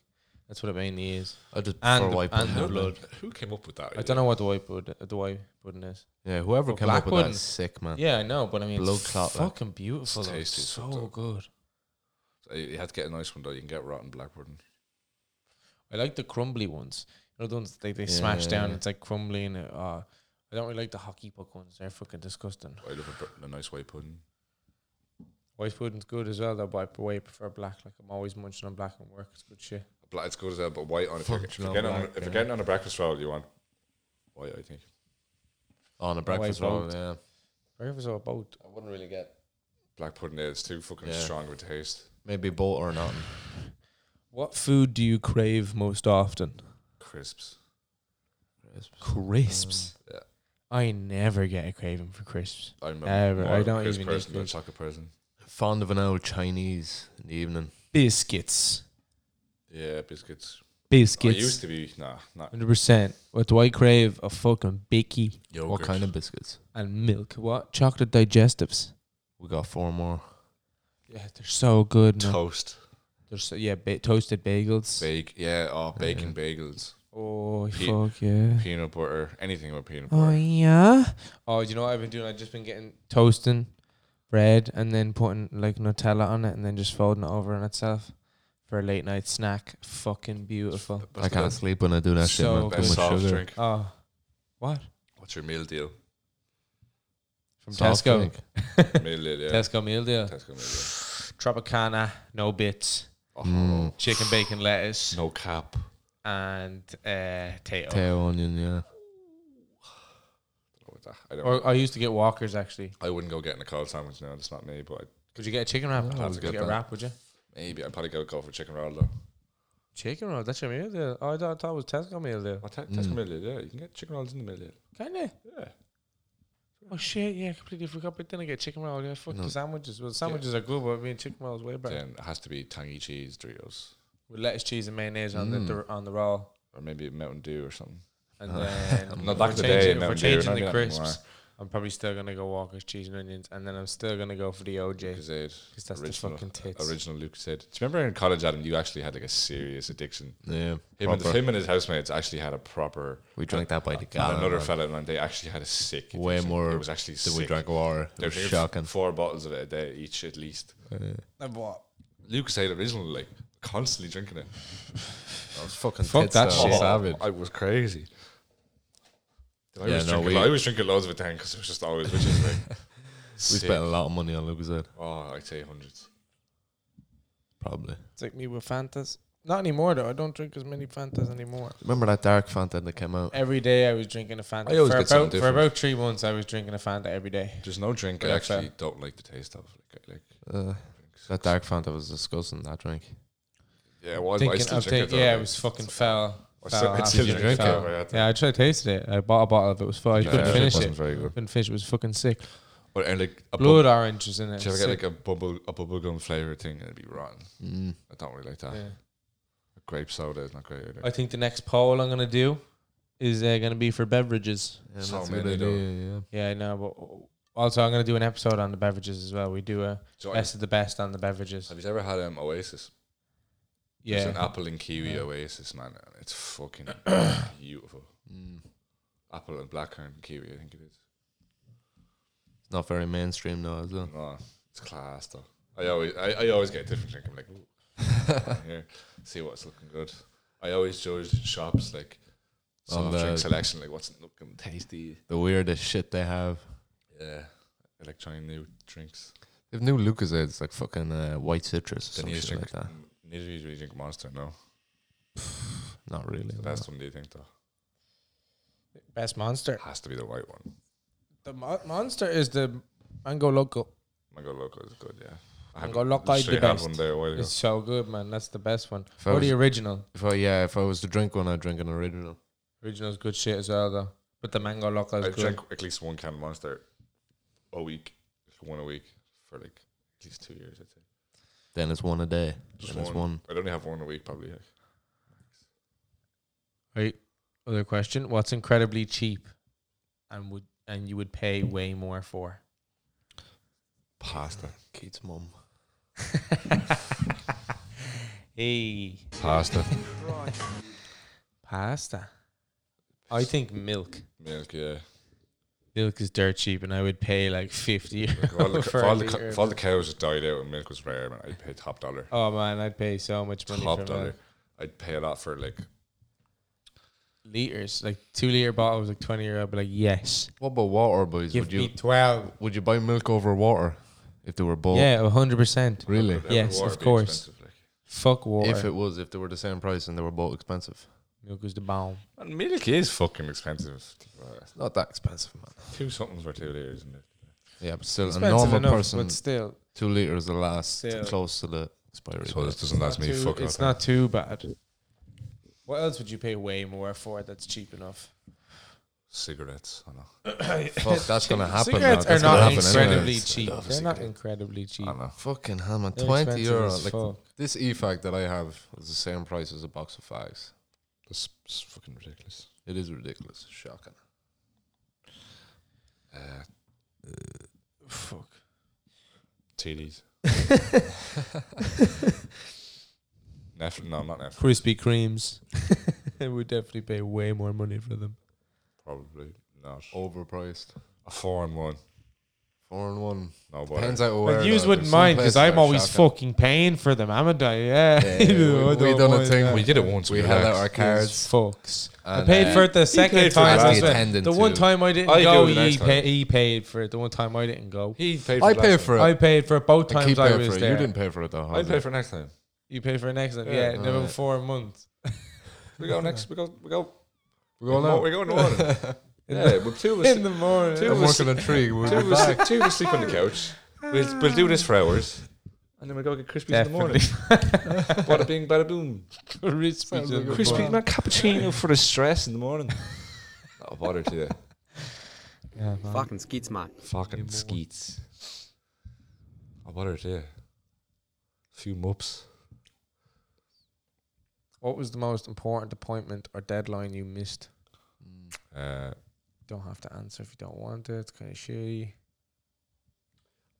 that's what it mainly is. I just And prefer the- white and bun. the man. blood. Who came up with that? I don't know what the white pudding, the white pudding is. Yeah, whoever But came black up with that pudding. is sick, man. Yeah, I know, but I mean, Blood it's clot, like. fucking beautiful. It's though. It's tasty, so but, uh, good. You had to get a nice one though. You can get rotten black pudding. I like the crumbly ones. You know, the ones they, they Yeah, smash yeah, down. yeah. It's like crumbly and it, uh, I don't really like the hockey puck ones. They're fucking disgusting. I love a, br- a nice white pudding. White pudding's good as well, though. But I p- way prefer black. Like I'm always munching on black and work. It's good shit. Black, it's good as well, but white on it. If you're, if you're Functional getting on, black, if you're yeah. getting on a breakfast roll, you want white. I think. On a breakfast White roll, bun. yeah. Wherever so about I wouldn't really get. Black pudding is too fucking Yeah. strong of a taste. Maybe butter or nothing. what food do you crave most often? Crisps. Crisps. Yeah. I never get a craving for crisps. I'm a Ever. more I of a don't crisp even eat person than a crisps. chocolate person. Fond of an old Chinese in the evening. Biscuits. Yeah, biscuits. Biscuits. I used to be nah, not Hundred percent. What do I crave? A fucking bicky yogurt. What kind of biscuits? and milk. What chocolate digestives? We got four more. Yeah, they're so good. man. toast? They're so, yeah, ba- toasted bagels. Bake. Yeah. Oh, bacon bagels. oh Pe- fuck yeah. Peanut butter. Anything with peanut butter. Oh yeah. Oh, do you know what I've been doing? I've just been getting toasting bread and then putting like Nutella on it and then just folding it over on itself for a late night snack. Fucking beautiful. That's I the can't best- sleep when I do So that shit, man. Too Best much soft sugar. drink. Oh, what What's your meal (laughs) deal? from Soft Tesco? drink. meal deal. Yeah. Tesco meal deal. Tesco meal deal. Tropicana, no bits, Oh, Mm. chicken bacon lettuce, No cap. and uh, Oh. tato. Tail onion, yeah. I, don't, Or I used to get Walkers actually. I wouldn't go getting a cold sandwich now. That's not me, but I'd, Could you get a chicken wrap? Oh, Could I would you get get, a that. wrap? Would you? maybe I'd probably go go for chicken roll though. Chicken roll. That's your meal deal. Oh, I thought, I thought it was Tesco meal deal. Well, te- Mm. Tesco meal deal, yeah. You can get chicken rolls in the meal deal. Can they? Yeah. Oh shit! Yeah, I completely forgot. But then I get chicken roll. Yeah, fuck No. the sandwiches. Well, sandwiches are good, but I mean chicken roll is way better. Then it has to be tangy cheese Doritos With lettuce, cheese, and mayonnaise on Mm. the the on the roll, or maybe Mountain Dew or something. and then Uh, (laughs) Not if back we're in the changing- day, If we're Mountain Dew, changing not the that crisps, anymore. I'm probably still gonna go Walker's cheese and onions, and then I'm still gonna go for the OJ Lucasade. because that's original- the fucking tits. Original Lucasade. Do you remember in college, Adam? You actually had like a serious addiction. Yeah. Him and, proper. him and his housemates actually had a proper. we drank that by the and gallon. another man. fella, man, they actually had a sick. Way addiction. more It was actually that sick. we drank water. It They were was drinking shocking. Four bottles of it a day each, at least. Lucasade original, like constantly drinking it. That was fucking Fuck tits, that though. shit. Savage. I was crazy. I, Yeah, was no, drinking, we- I was drinking loads of it then because it was just always, which is like. (laughs) We sick. spent a lot of money on Lucasade. Oh, I'd say hundreds. Probably. It's like me with Fantas. Not anymore though. I don't drink as many Fantas anymore. Remember that dark Fanta that came out? Every day I was drinking a Fanta. I always for get something about for different. about three months, I was drinking a Fanta every day. There's no drink I Yeah, actually fair. don't like the taste of. Like, I like Uh, that dark Fanta was disgusting. That drink. yeah, why Thinking I still of drink it? taking- though, yeah, it like, was fucking fell. I fell still, (laughs) I half still the drink drink it. fell. but I had to- Yeah, I tried to taste it. I bought a bottle of it. It was fine. I Yeah, couldn't finish wasn't it. Very good. Couldn't finish it. It was fucking sick. Or and like a Blood bub- orange was in it. did you ever get Sick. like a bubble a bubblegum flavor thing and it'd be rotten? Mm. I don't really like that. Yeah. Grape soda is not great either. I think the next poll I'm gonna do is uh, gonna be for beverages. Yeah, So that's a many, good though. idea. Yeah. Yeah, I know. But also, I'm gonna do an episode on the beverages as well. We do a So I- best of the best on the beverages. have you ever had um, Oasis? There's an Yeah, apple and kiwi Yeah. Oasis, man. And it's (clears throat) fucking beautiful. Mm. Apple and blackcurrant and kiwi, I think it is. It's not very mainstream though, is it? No, it's class though. I always I, I always get a different drink. I'm like, ooh, (laughs) here, see what's looking good. I always judge in shops like On soft the- drink selection, like what's looking tasty. The weirdest shit they have. Yeah, I like trying new drinks. They've new Lucasades like fucking uh, white citrus or Then some you shit drink, like that. neither of you really drink Monster, no. Not really. The no. best one, do you think though? best monster. Has to be the white one. The mo- monster is the mango loco. Mango Loco is good, yeah. I Mango haven't- Loco is literally the had best. one there a while ago. It's so good, man. That's the best one. If I Or was- the original. If I yeah, if I was to drink one, I'd drink an original. Original's good shit as well, though. But the mango loco is I good. drink at least one can of Monster a week, one a week for like at least two years, I'd say. Then it's one a day. Just then it's one. I'd only have one a week probably. Like. Right. Other question: What's incredibly cheap, and would and you would pay way more for? Pasta. Keith's mum. hey, Pasta. pasta. I think milk. Milk, yeah. (laughs) Milk is dirt cheap, and I would pay like fifty. Like, if all the, euro if for a all the, litre co- of if all the cows had died out and milk was rare, man, I'd pay top dollar. Oh man, I'd pay so much money top for dollar. that. I'd pay a lot for like liters. Like two liter bottle was like twenty euro. I'd be like, yes, What about water, boys? give would you me twelve. would you buy milk over water if they were both? Yeah, hundred percent. Really? Every Yes, water of be course. expensive, like. Fuck water. If it was, if they were the same price and they were both expensive. milk is the bomb. And milk is fucking expensive. Uh, It's not that expensive, man. Two somethings for two liters, isn't it? Yeah, but still a Expensive normal enough, person but still, two liters will last Still. close to the expiry. So date. this doesn't last me too- fucking it's up. not too bad. What else would you pay way more for that's cheap enough? Cigarettes. I know. Fuck, that's gonna happen. now. (laughs) Cigarettes are That's gonna not happen anyway. incredibly It's- cheap. love a They're not cigarette. incredibly cheap. I know. Fucking hell, man. They're Twenty expensive euro. as Like fuck. this e fag that I have is the same price as a box of fags. That's, that's fucking ridiculous. It is ridiculous. Shocking. Uh, Fuck. (laughs) TDs. Nef- no, not Nef. Krispy (laughs) Kremes. I would definitely pay way more money for them. Probably not. Oh. Overpriced. A four and one. Four and one. No bother. Depends how But aware. you though. wouldn't There's mind some because places I'm that are always shocking. fucking paying for them, haven't I? Yeah. (laughs) Yeah, we- we done a thing, We did it once. We were held out lads. our cards. Fucks. I And, paid uh, for it the second paid for time. last as well. attendant The one too. time I didn't I do go, the next he, time. pay, he paid for it. The one time I didn't go, He paid. For I the pay last for it. I paid for it both I keep times I paying was for it. there. You didn't pay for it though. time. I how's pay it? for next time. You pay for an accident. Yeah. Yeah, never Alright. four months. We go next. We go. We go. We're going no, out. We're going on. yeah, well, two of us. (laughs) In the (laughs) morning. Two I'm of us. working on three. We'll Two be of us, back. sleep, two of us sleep on the couch. We'll, we'll do this for hours. And then we'll go get Crispies (laughs) bada bing, bada boom. Crispy. Sounds like a (laughs) Crispies, man. Cappuccino for the stress in the morning. Not a bother today. Yeah, man. Fucking skeets, man. Fucking skeets. I what are they? Few mops. What was the most important appointment or deadline you missed? Mm. Uh, (laughs) Don't have to answer if you don't want to. It's kind of shitty.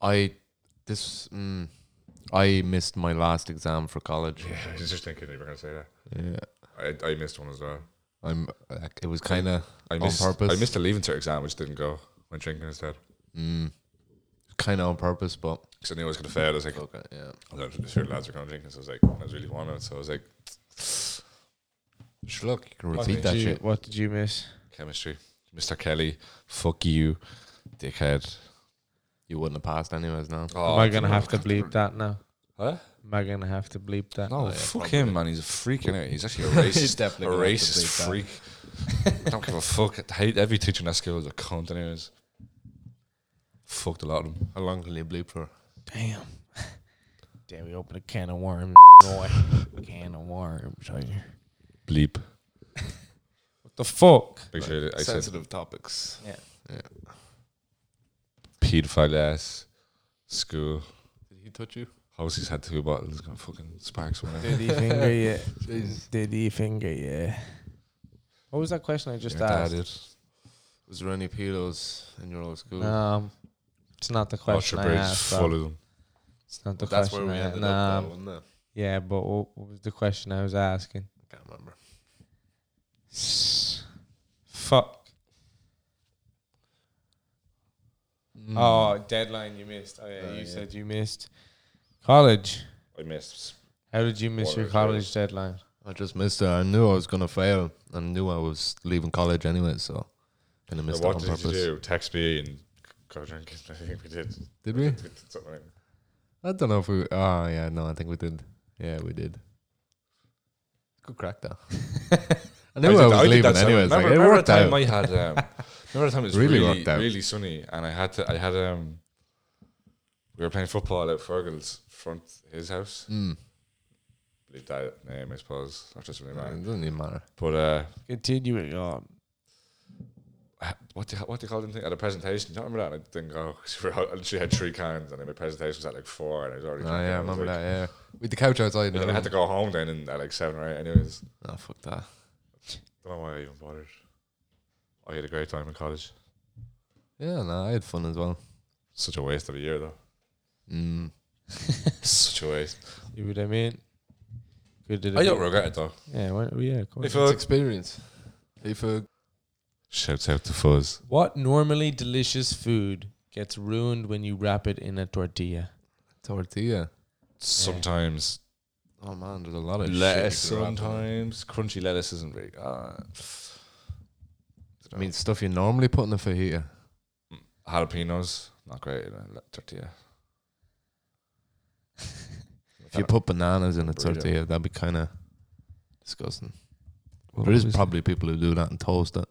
I this mm, I missed my last exam for college. yeah, I was just thinking you were gonna say that. Yeah. I, I missed one as well. I'm. like, It was kind of I On missed, purpose? I missed a leaving cert exam, which didn't go. Went drinking instead. mm, kind of on purpose, but Because I knew I was gonna fail. I was like, okay, yeah. I'm not sure lads were going drinking. So I was like, I was really warm out. So I was like, Sure, look, you can Fuck repeat me. that Did you- shit. What did you miss? chemistry, Mr. Kelly, fuck you, dickhead. You wouldn't have passed anyways now. Oh, Am I gonna have to bleep that now? Huh? Am I gonna have to bleep that? No, yeah, fuck probably. him, man. He's a freak, innit? (laughs) He's actually a racist, definitely a gonna have to racist bleep that. freak. I don't give a fuck. I hate every teacher in that school is a cunt, anyways. Fucked a lot of them. How long can you bleep for? Damn. (laughs) Damn, we open a can of (laughs) worms, boy. can of worms. Bleep. What the fuck? Appreciate it. I said topics. pedophile ass school. Did he touch you? Houses had two bottles. Gonna fucking sparks one. out. Did (laughs) he finger you? Did he finger you? What was that question I just Your dad asked? did. Was there any pedos in your old school? Um, it's not the question Ultra I Bridge, asked. full though. of them. It's not the Well, that's where question. we I, ended nah, up, though, wasn't it? yeah, but what, what was the question I was asking? I can't remember. Fuck. Mm. Oh, deadline you missed. Oh yeah, Hmm. Oh, you yeah. said you missed college. I missed. How did you miss One your of those college deadline? I just missed it. I knew I was gonna fail. I knew I was leaving college anyway, so kind of missed what it did on purpose. you do? Text me and go drink. I think (laughs) we did. Did we? Did something. I don't know if we. Oh yeah, no, I think we did. Yeah, we did. Good crack though. (laughs) I knew I, was leaving anyways. Remember, Like, it remember worked the time out. I had. (laughs) Um, remember the time it was Really really worked really, out. sunny, and I had to. I had um. We were playing football at Fergal's front his house. Mm. Leave that name, I suppose. That doesn't really It matter. doesn't even matter. But uh, Continuing on. I- what do you, what do you call them? Thing? At a presentation, do you remember that? I didn't go. 'cause we were all- I literally had three cans, and then my presentation was at like four, and I was already. Oh, drinking, yeah, I and was remember like- that. Yeah, with the couch outside. And then I had to go home then, and at like seven or eight. Anyways, Oh fuck that. don't know why I even bothered. I had a great time in college. Yeah, no, I had fun as well. Such a waste of a year, though. (laughs) Mm. Such a waste. You know what I mean? Good did it I don't be- regret it though. Yeah, why, yeah, of course. If It's I experience. If uh, Shouts out to Fuzz. What normally delicious food gets ruined when you wrap it in a tortilla? tortilla. Sometimes Oh man, there's a lot of lettuce. Shit you can wrap in it. Sometimes crunchy lettuce isn't really. Uh, I mean, stuff you normally put in a fajita. jalapenos not great in a le- (laughs) tortilla. If you put bananas in a Burrito. tortilla, that'd be kind of disgusting. What there is was it? probably people who do that and toast it.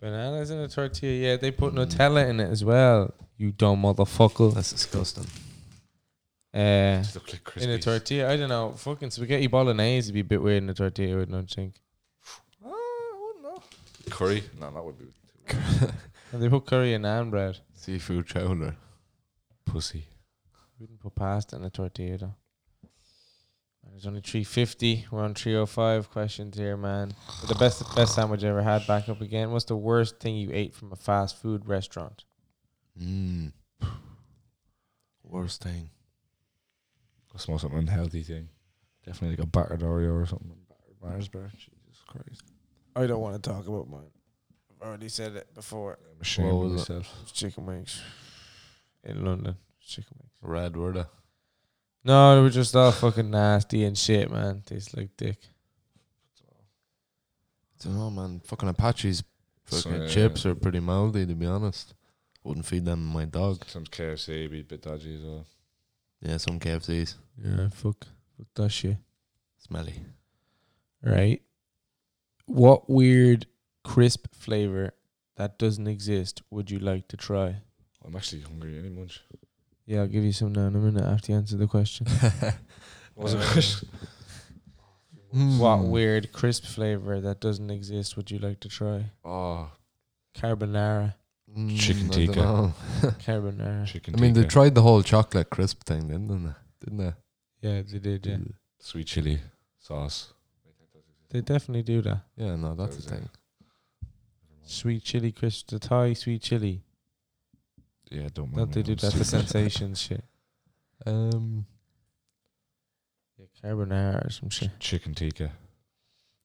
Bananas in a tortilla. Yeah, they put Mm. Nutella in it as well. You dumb motherfucker. That's disgusting. Uh, Just look like in a Crispies. tortilla, I don't know. Fucking spaghetti bolognese would be a bit weird in a tortilla, wouldn't you think? Ah, I don't know. Curry? No, that would be And they put curry and naan bread. (laughs) Seafood chowder. pussy. You wouldn't put pasta in a tortilla though. There's only three fifty. We're on three oh five questions here, man. The best best sandwich I ever had. Back up again. What's the worst thing you ate from a fast food restaurant? Mm. Worst thing. That's the most unhealthy thing. Definitely like a battered Oreo or something. Battered Mars bar. Jesus Christ. I don't want to talk about mine. I've already said it before. I'm ashamed What of was it? myself. It's chicken wings in London. It's Chicken wings. Red word. No, they were just all fucking nasty and shit, man. Tastes like dick. don't know, man. Fucking Apaches. So, Fucking yeah. chips are pretty moldy, to be honest. Wouldn't feed them my dog. Some KFC be a bit dodgy as well. Yeah, some KFCs. Yeah, fuck, fuck that shit. (laughs) Smelly. Right. What weird crisp flavor that doesn't exist would you like to try? I'm actually hungry. Any munch? Yeah, I'll give you some now in a minute after you answer the (laughs) question. Was Uh, (laughs) Mm. What weird crisp flavor that doesn't exist would you like to try? Oh, Carbonara. Mm, Chicken I tikka. dunno. Carbonara. Chicken I mean, they tikka. tried the whole chocolate crisp thing, then, didn't they? Didn't they? Yeah, they did. Yeah, sweet chili sauce. they definitely do that. Yeah, no, that's Those the are- thing. Sweet chili crisp, the Thai sweet chili. Yeah, don't mind. Not they me, do I'm that. The (laughs) stupid. sensations shit. Um, Yeah, carbonara or some shit. Chicken tikka,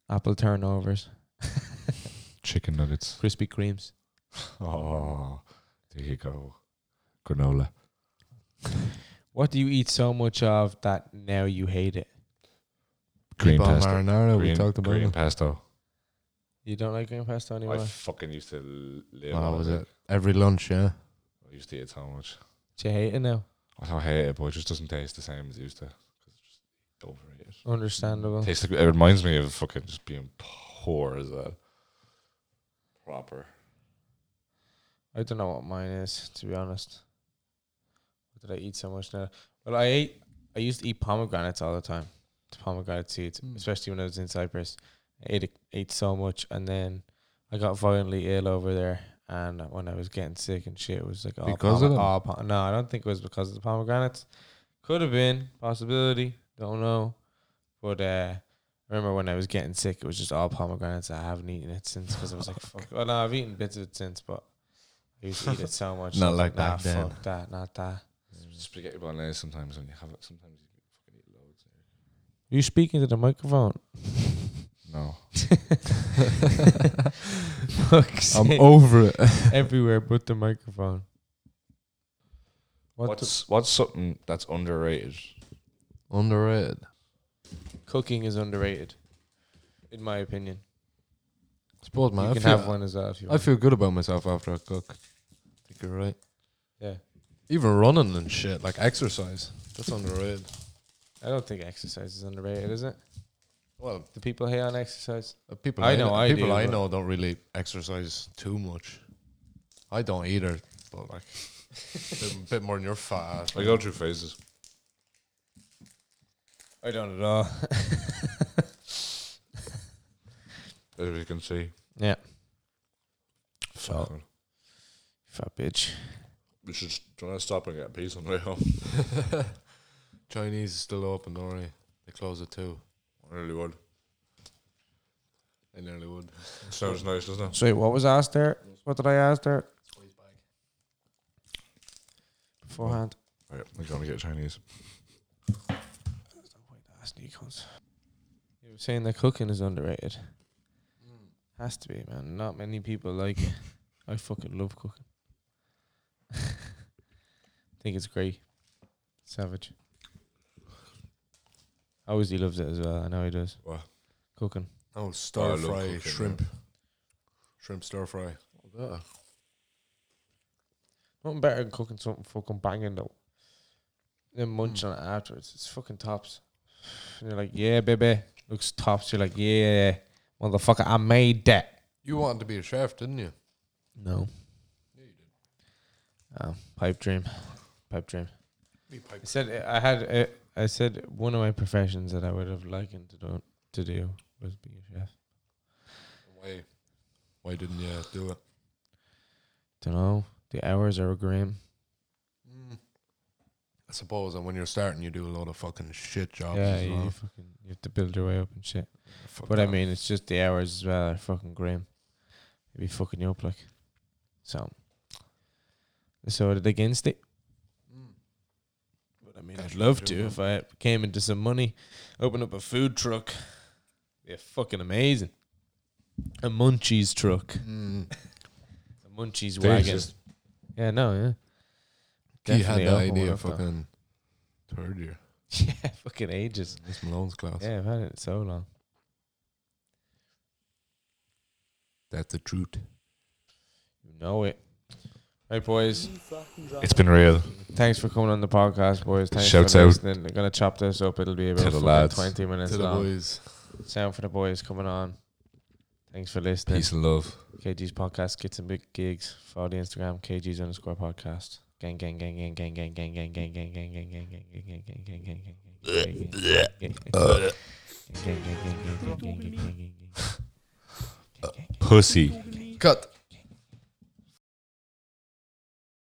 Apple turnovers. chicken nuggets. (laughs) Krispy Kremes. Oh, there you go. Granola. What do you eat so much of that now you hate it? Green meatball pesto. marinara. we green, talked about green it. pesto. You don't like green pasta anymore? I fucking used to l- live. Wow, on was like, it every lunch? Yeah. I used to eat it so much. do you hate it now? I don't hate it, but it just doesn't taste the same as it used to. 'Cause it's just overrated. Oh. Understandable. Tastes like, it reminds me of fucking just being poor as well. Proper. I don't know what mine is, to be honest. What did I eat so much now? Well, I ate. I used to eat pomegranates all the time. The pomegranate seeds, Mm. especially when I was in Cyprus. I ate ate so much, and then I got violently ill over there. And when I was getting sick and shit, it was like all Because of pome- them? all po- no, I don't think it was because of the pomegranates. Could have been possibility. Don't know. But uh, I remember when I was getting sick, it was just all pomegranates. I haven't eaten it since because I was like, (laughs) fuck. Well, no, I've eaten bits of it since, but I used to eat it so much. (laughs) Not I was like nah, back then." Fuck that, not that. Spaghetti bolognese sometimes when you have it. Sometimes you fucking eat loads. You speaking to the (laughs) microphone? No. Fuck's (laughs) I'm sake. over it. (laughs) everywhere but the microphone. What the- What's what's something that's underrated? Underrated. cooking is underrated, in my opinion. I suppose, man. you I can feel- have one as well if you I want. feel good about myself after I cook. I think you're right. yeah, Even running and shit, like exercise, that's underrated. I don't think exercise is underrated, is it? Well, The people hate on exercise. uh, people I I know know, I people do, I but- know don't really exercise too much. I don't either, but like a bit- bit more than your fat ass. I go through phases. I don't at (laughs) all. As you can see. Yeah. Fuck. Fat bitch. We should try to stop and get a piece on the way home. Chinese is still open, don't worry. They close at two. I really would. They nearly would. Sounds nice, doesn't it? So what was asked there? What did I ask there? Beforehand. Right, I'm going to get Chinese. That's new cunts. You were saying that cooking is underrated. Has to be, man. Not many people like it. I fucking love cooking. (laughs) think it's great. Savage. I always he loves it as well. I know he does. What? Cooking. Oh, stir love fry cooking, shrimp. Shrimp stir fry. Nothing better than cooking something fucking banging though. Then munch on it afterwards. It's fucking tops. And you're like, yeah, baby. Looks tops. You're like, yeah, motherfucker, I made that. You wanted to be a chef, didn't you? No. Oh, pipe dream, pipe dream. I said I had uh, I said one of my professions that I would have liked to do to do was being a chef. Why? Why didn't you do it? Don't know. The hours are grim. I suppose, and when you're starting, you do a lot of fucking shit jobs. yeah, as you, well. fucking you have to build your way up and shit. Fuck But I that. mean, it's just the hours as well are fucking grim. It'd be fucking you up like. So. Decided against it. But I mean, I'd love to if I came into some money, open up a food truck. Yeah, fucking amazing. A munchies truck, Mm. a munchies They wagon. exist. Yeah, no, yeah. He had Definitely that open one idea up, though. fucking third year. Yeah, fucking ages. That's Malone's class. Yeah, I've had it so long. That's the truth. You know it. Right, boys. It's been real. Thanks for coming on the podcast, boys. Thanks Shouts for out. listening. We're gonna chop this up. It'll be about the fucking lads. twenty minutes to the long. boys. Sound for the boys coming on. Thanks for listening. Peace and love. KG's podcast gets some big gigs. Follow the Instagram KG's underscore podcast. Gang gang gang gang gang gang gang gang gang gang gang gang gang gang gang gang gang gang gang gang gang gang gang gang Pussy. Pussy. Cut.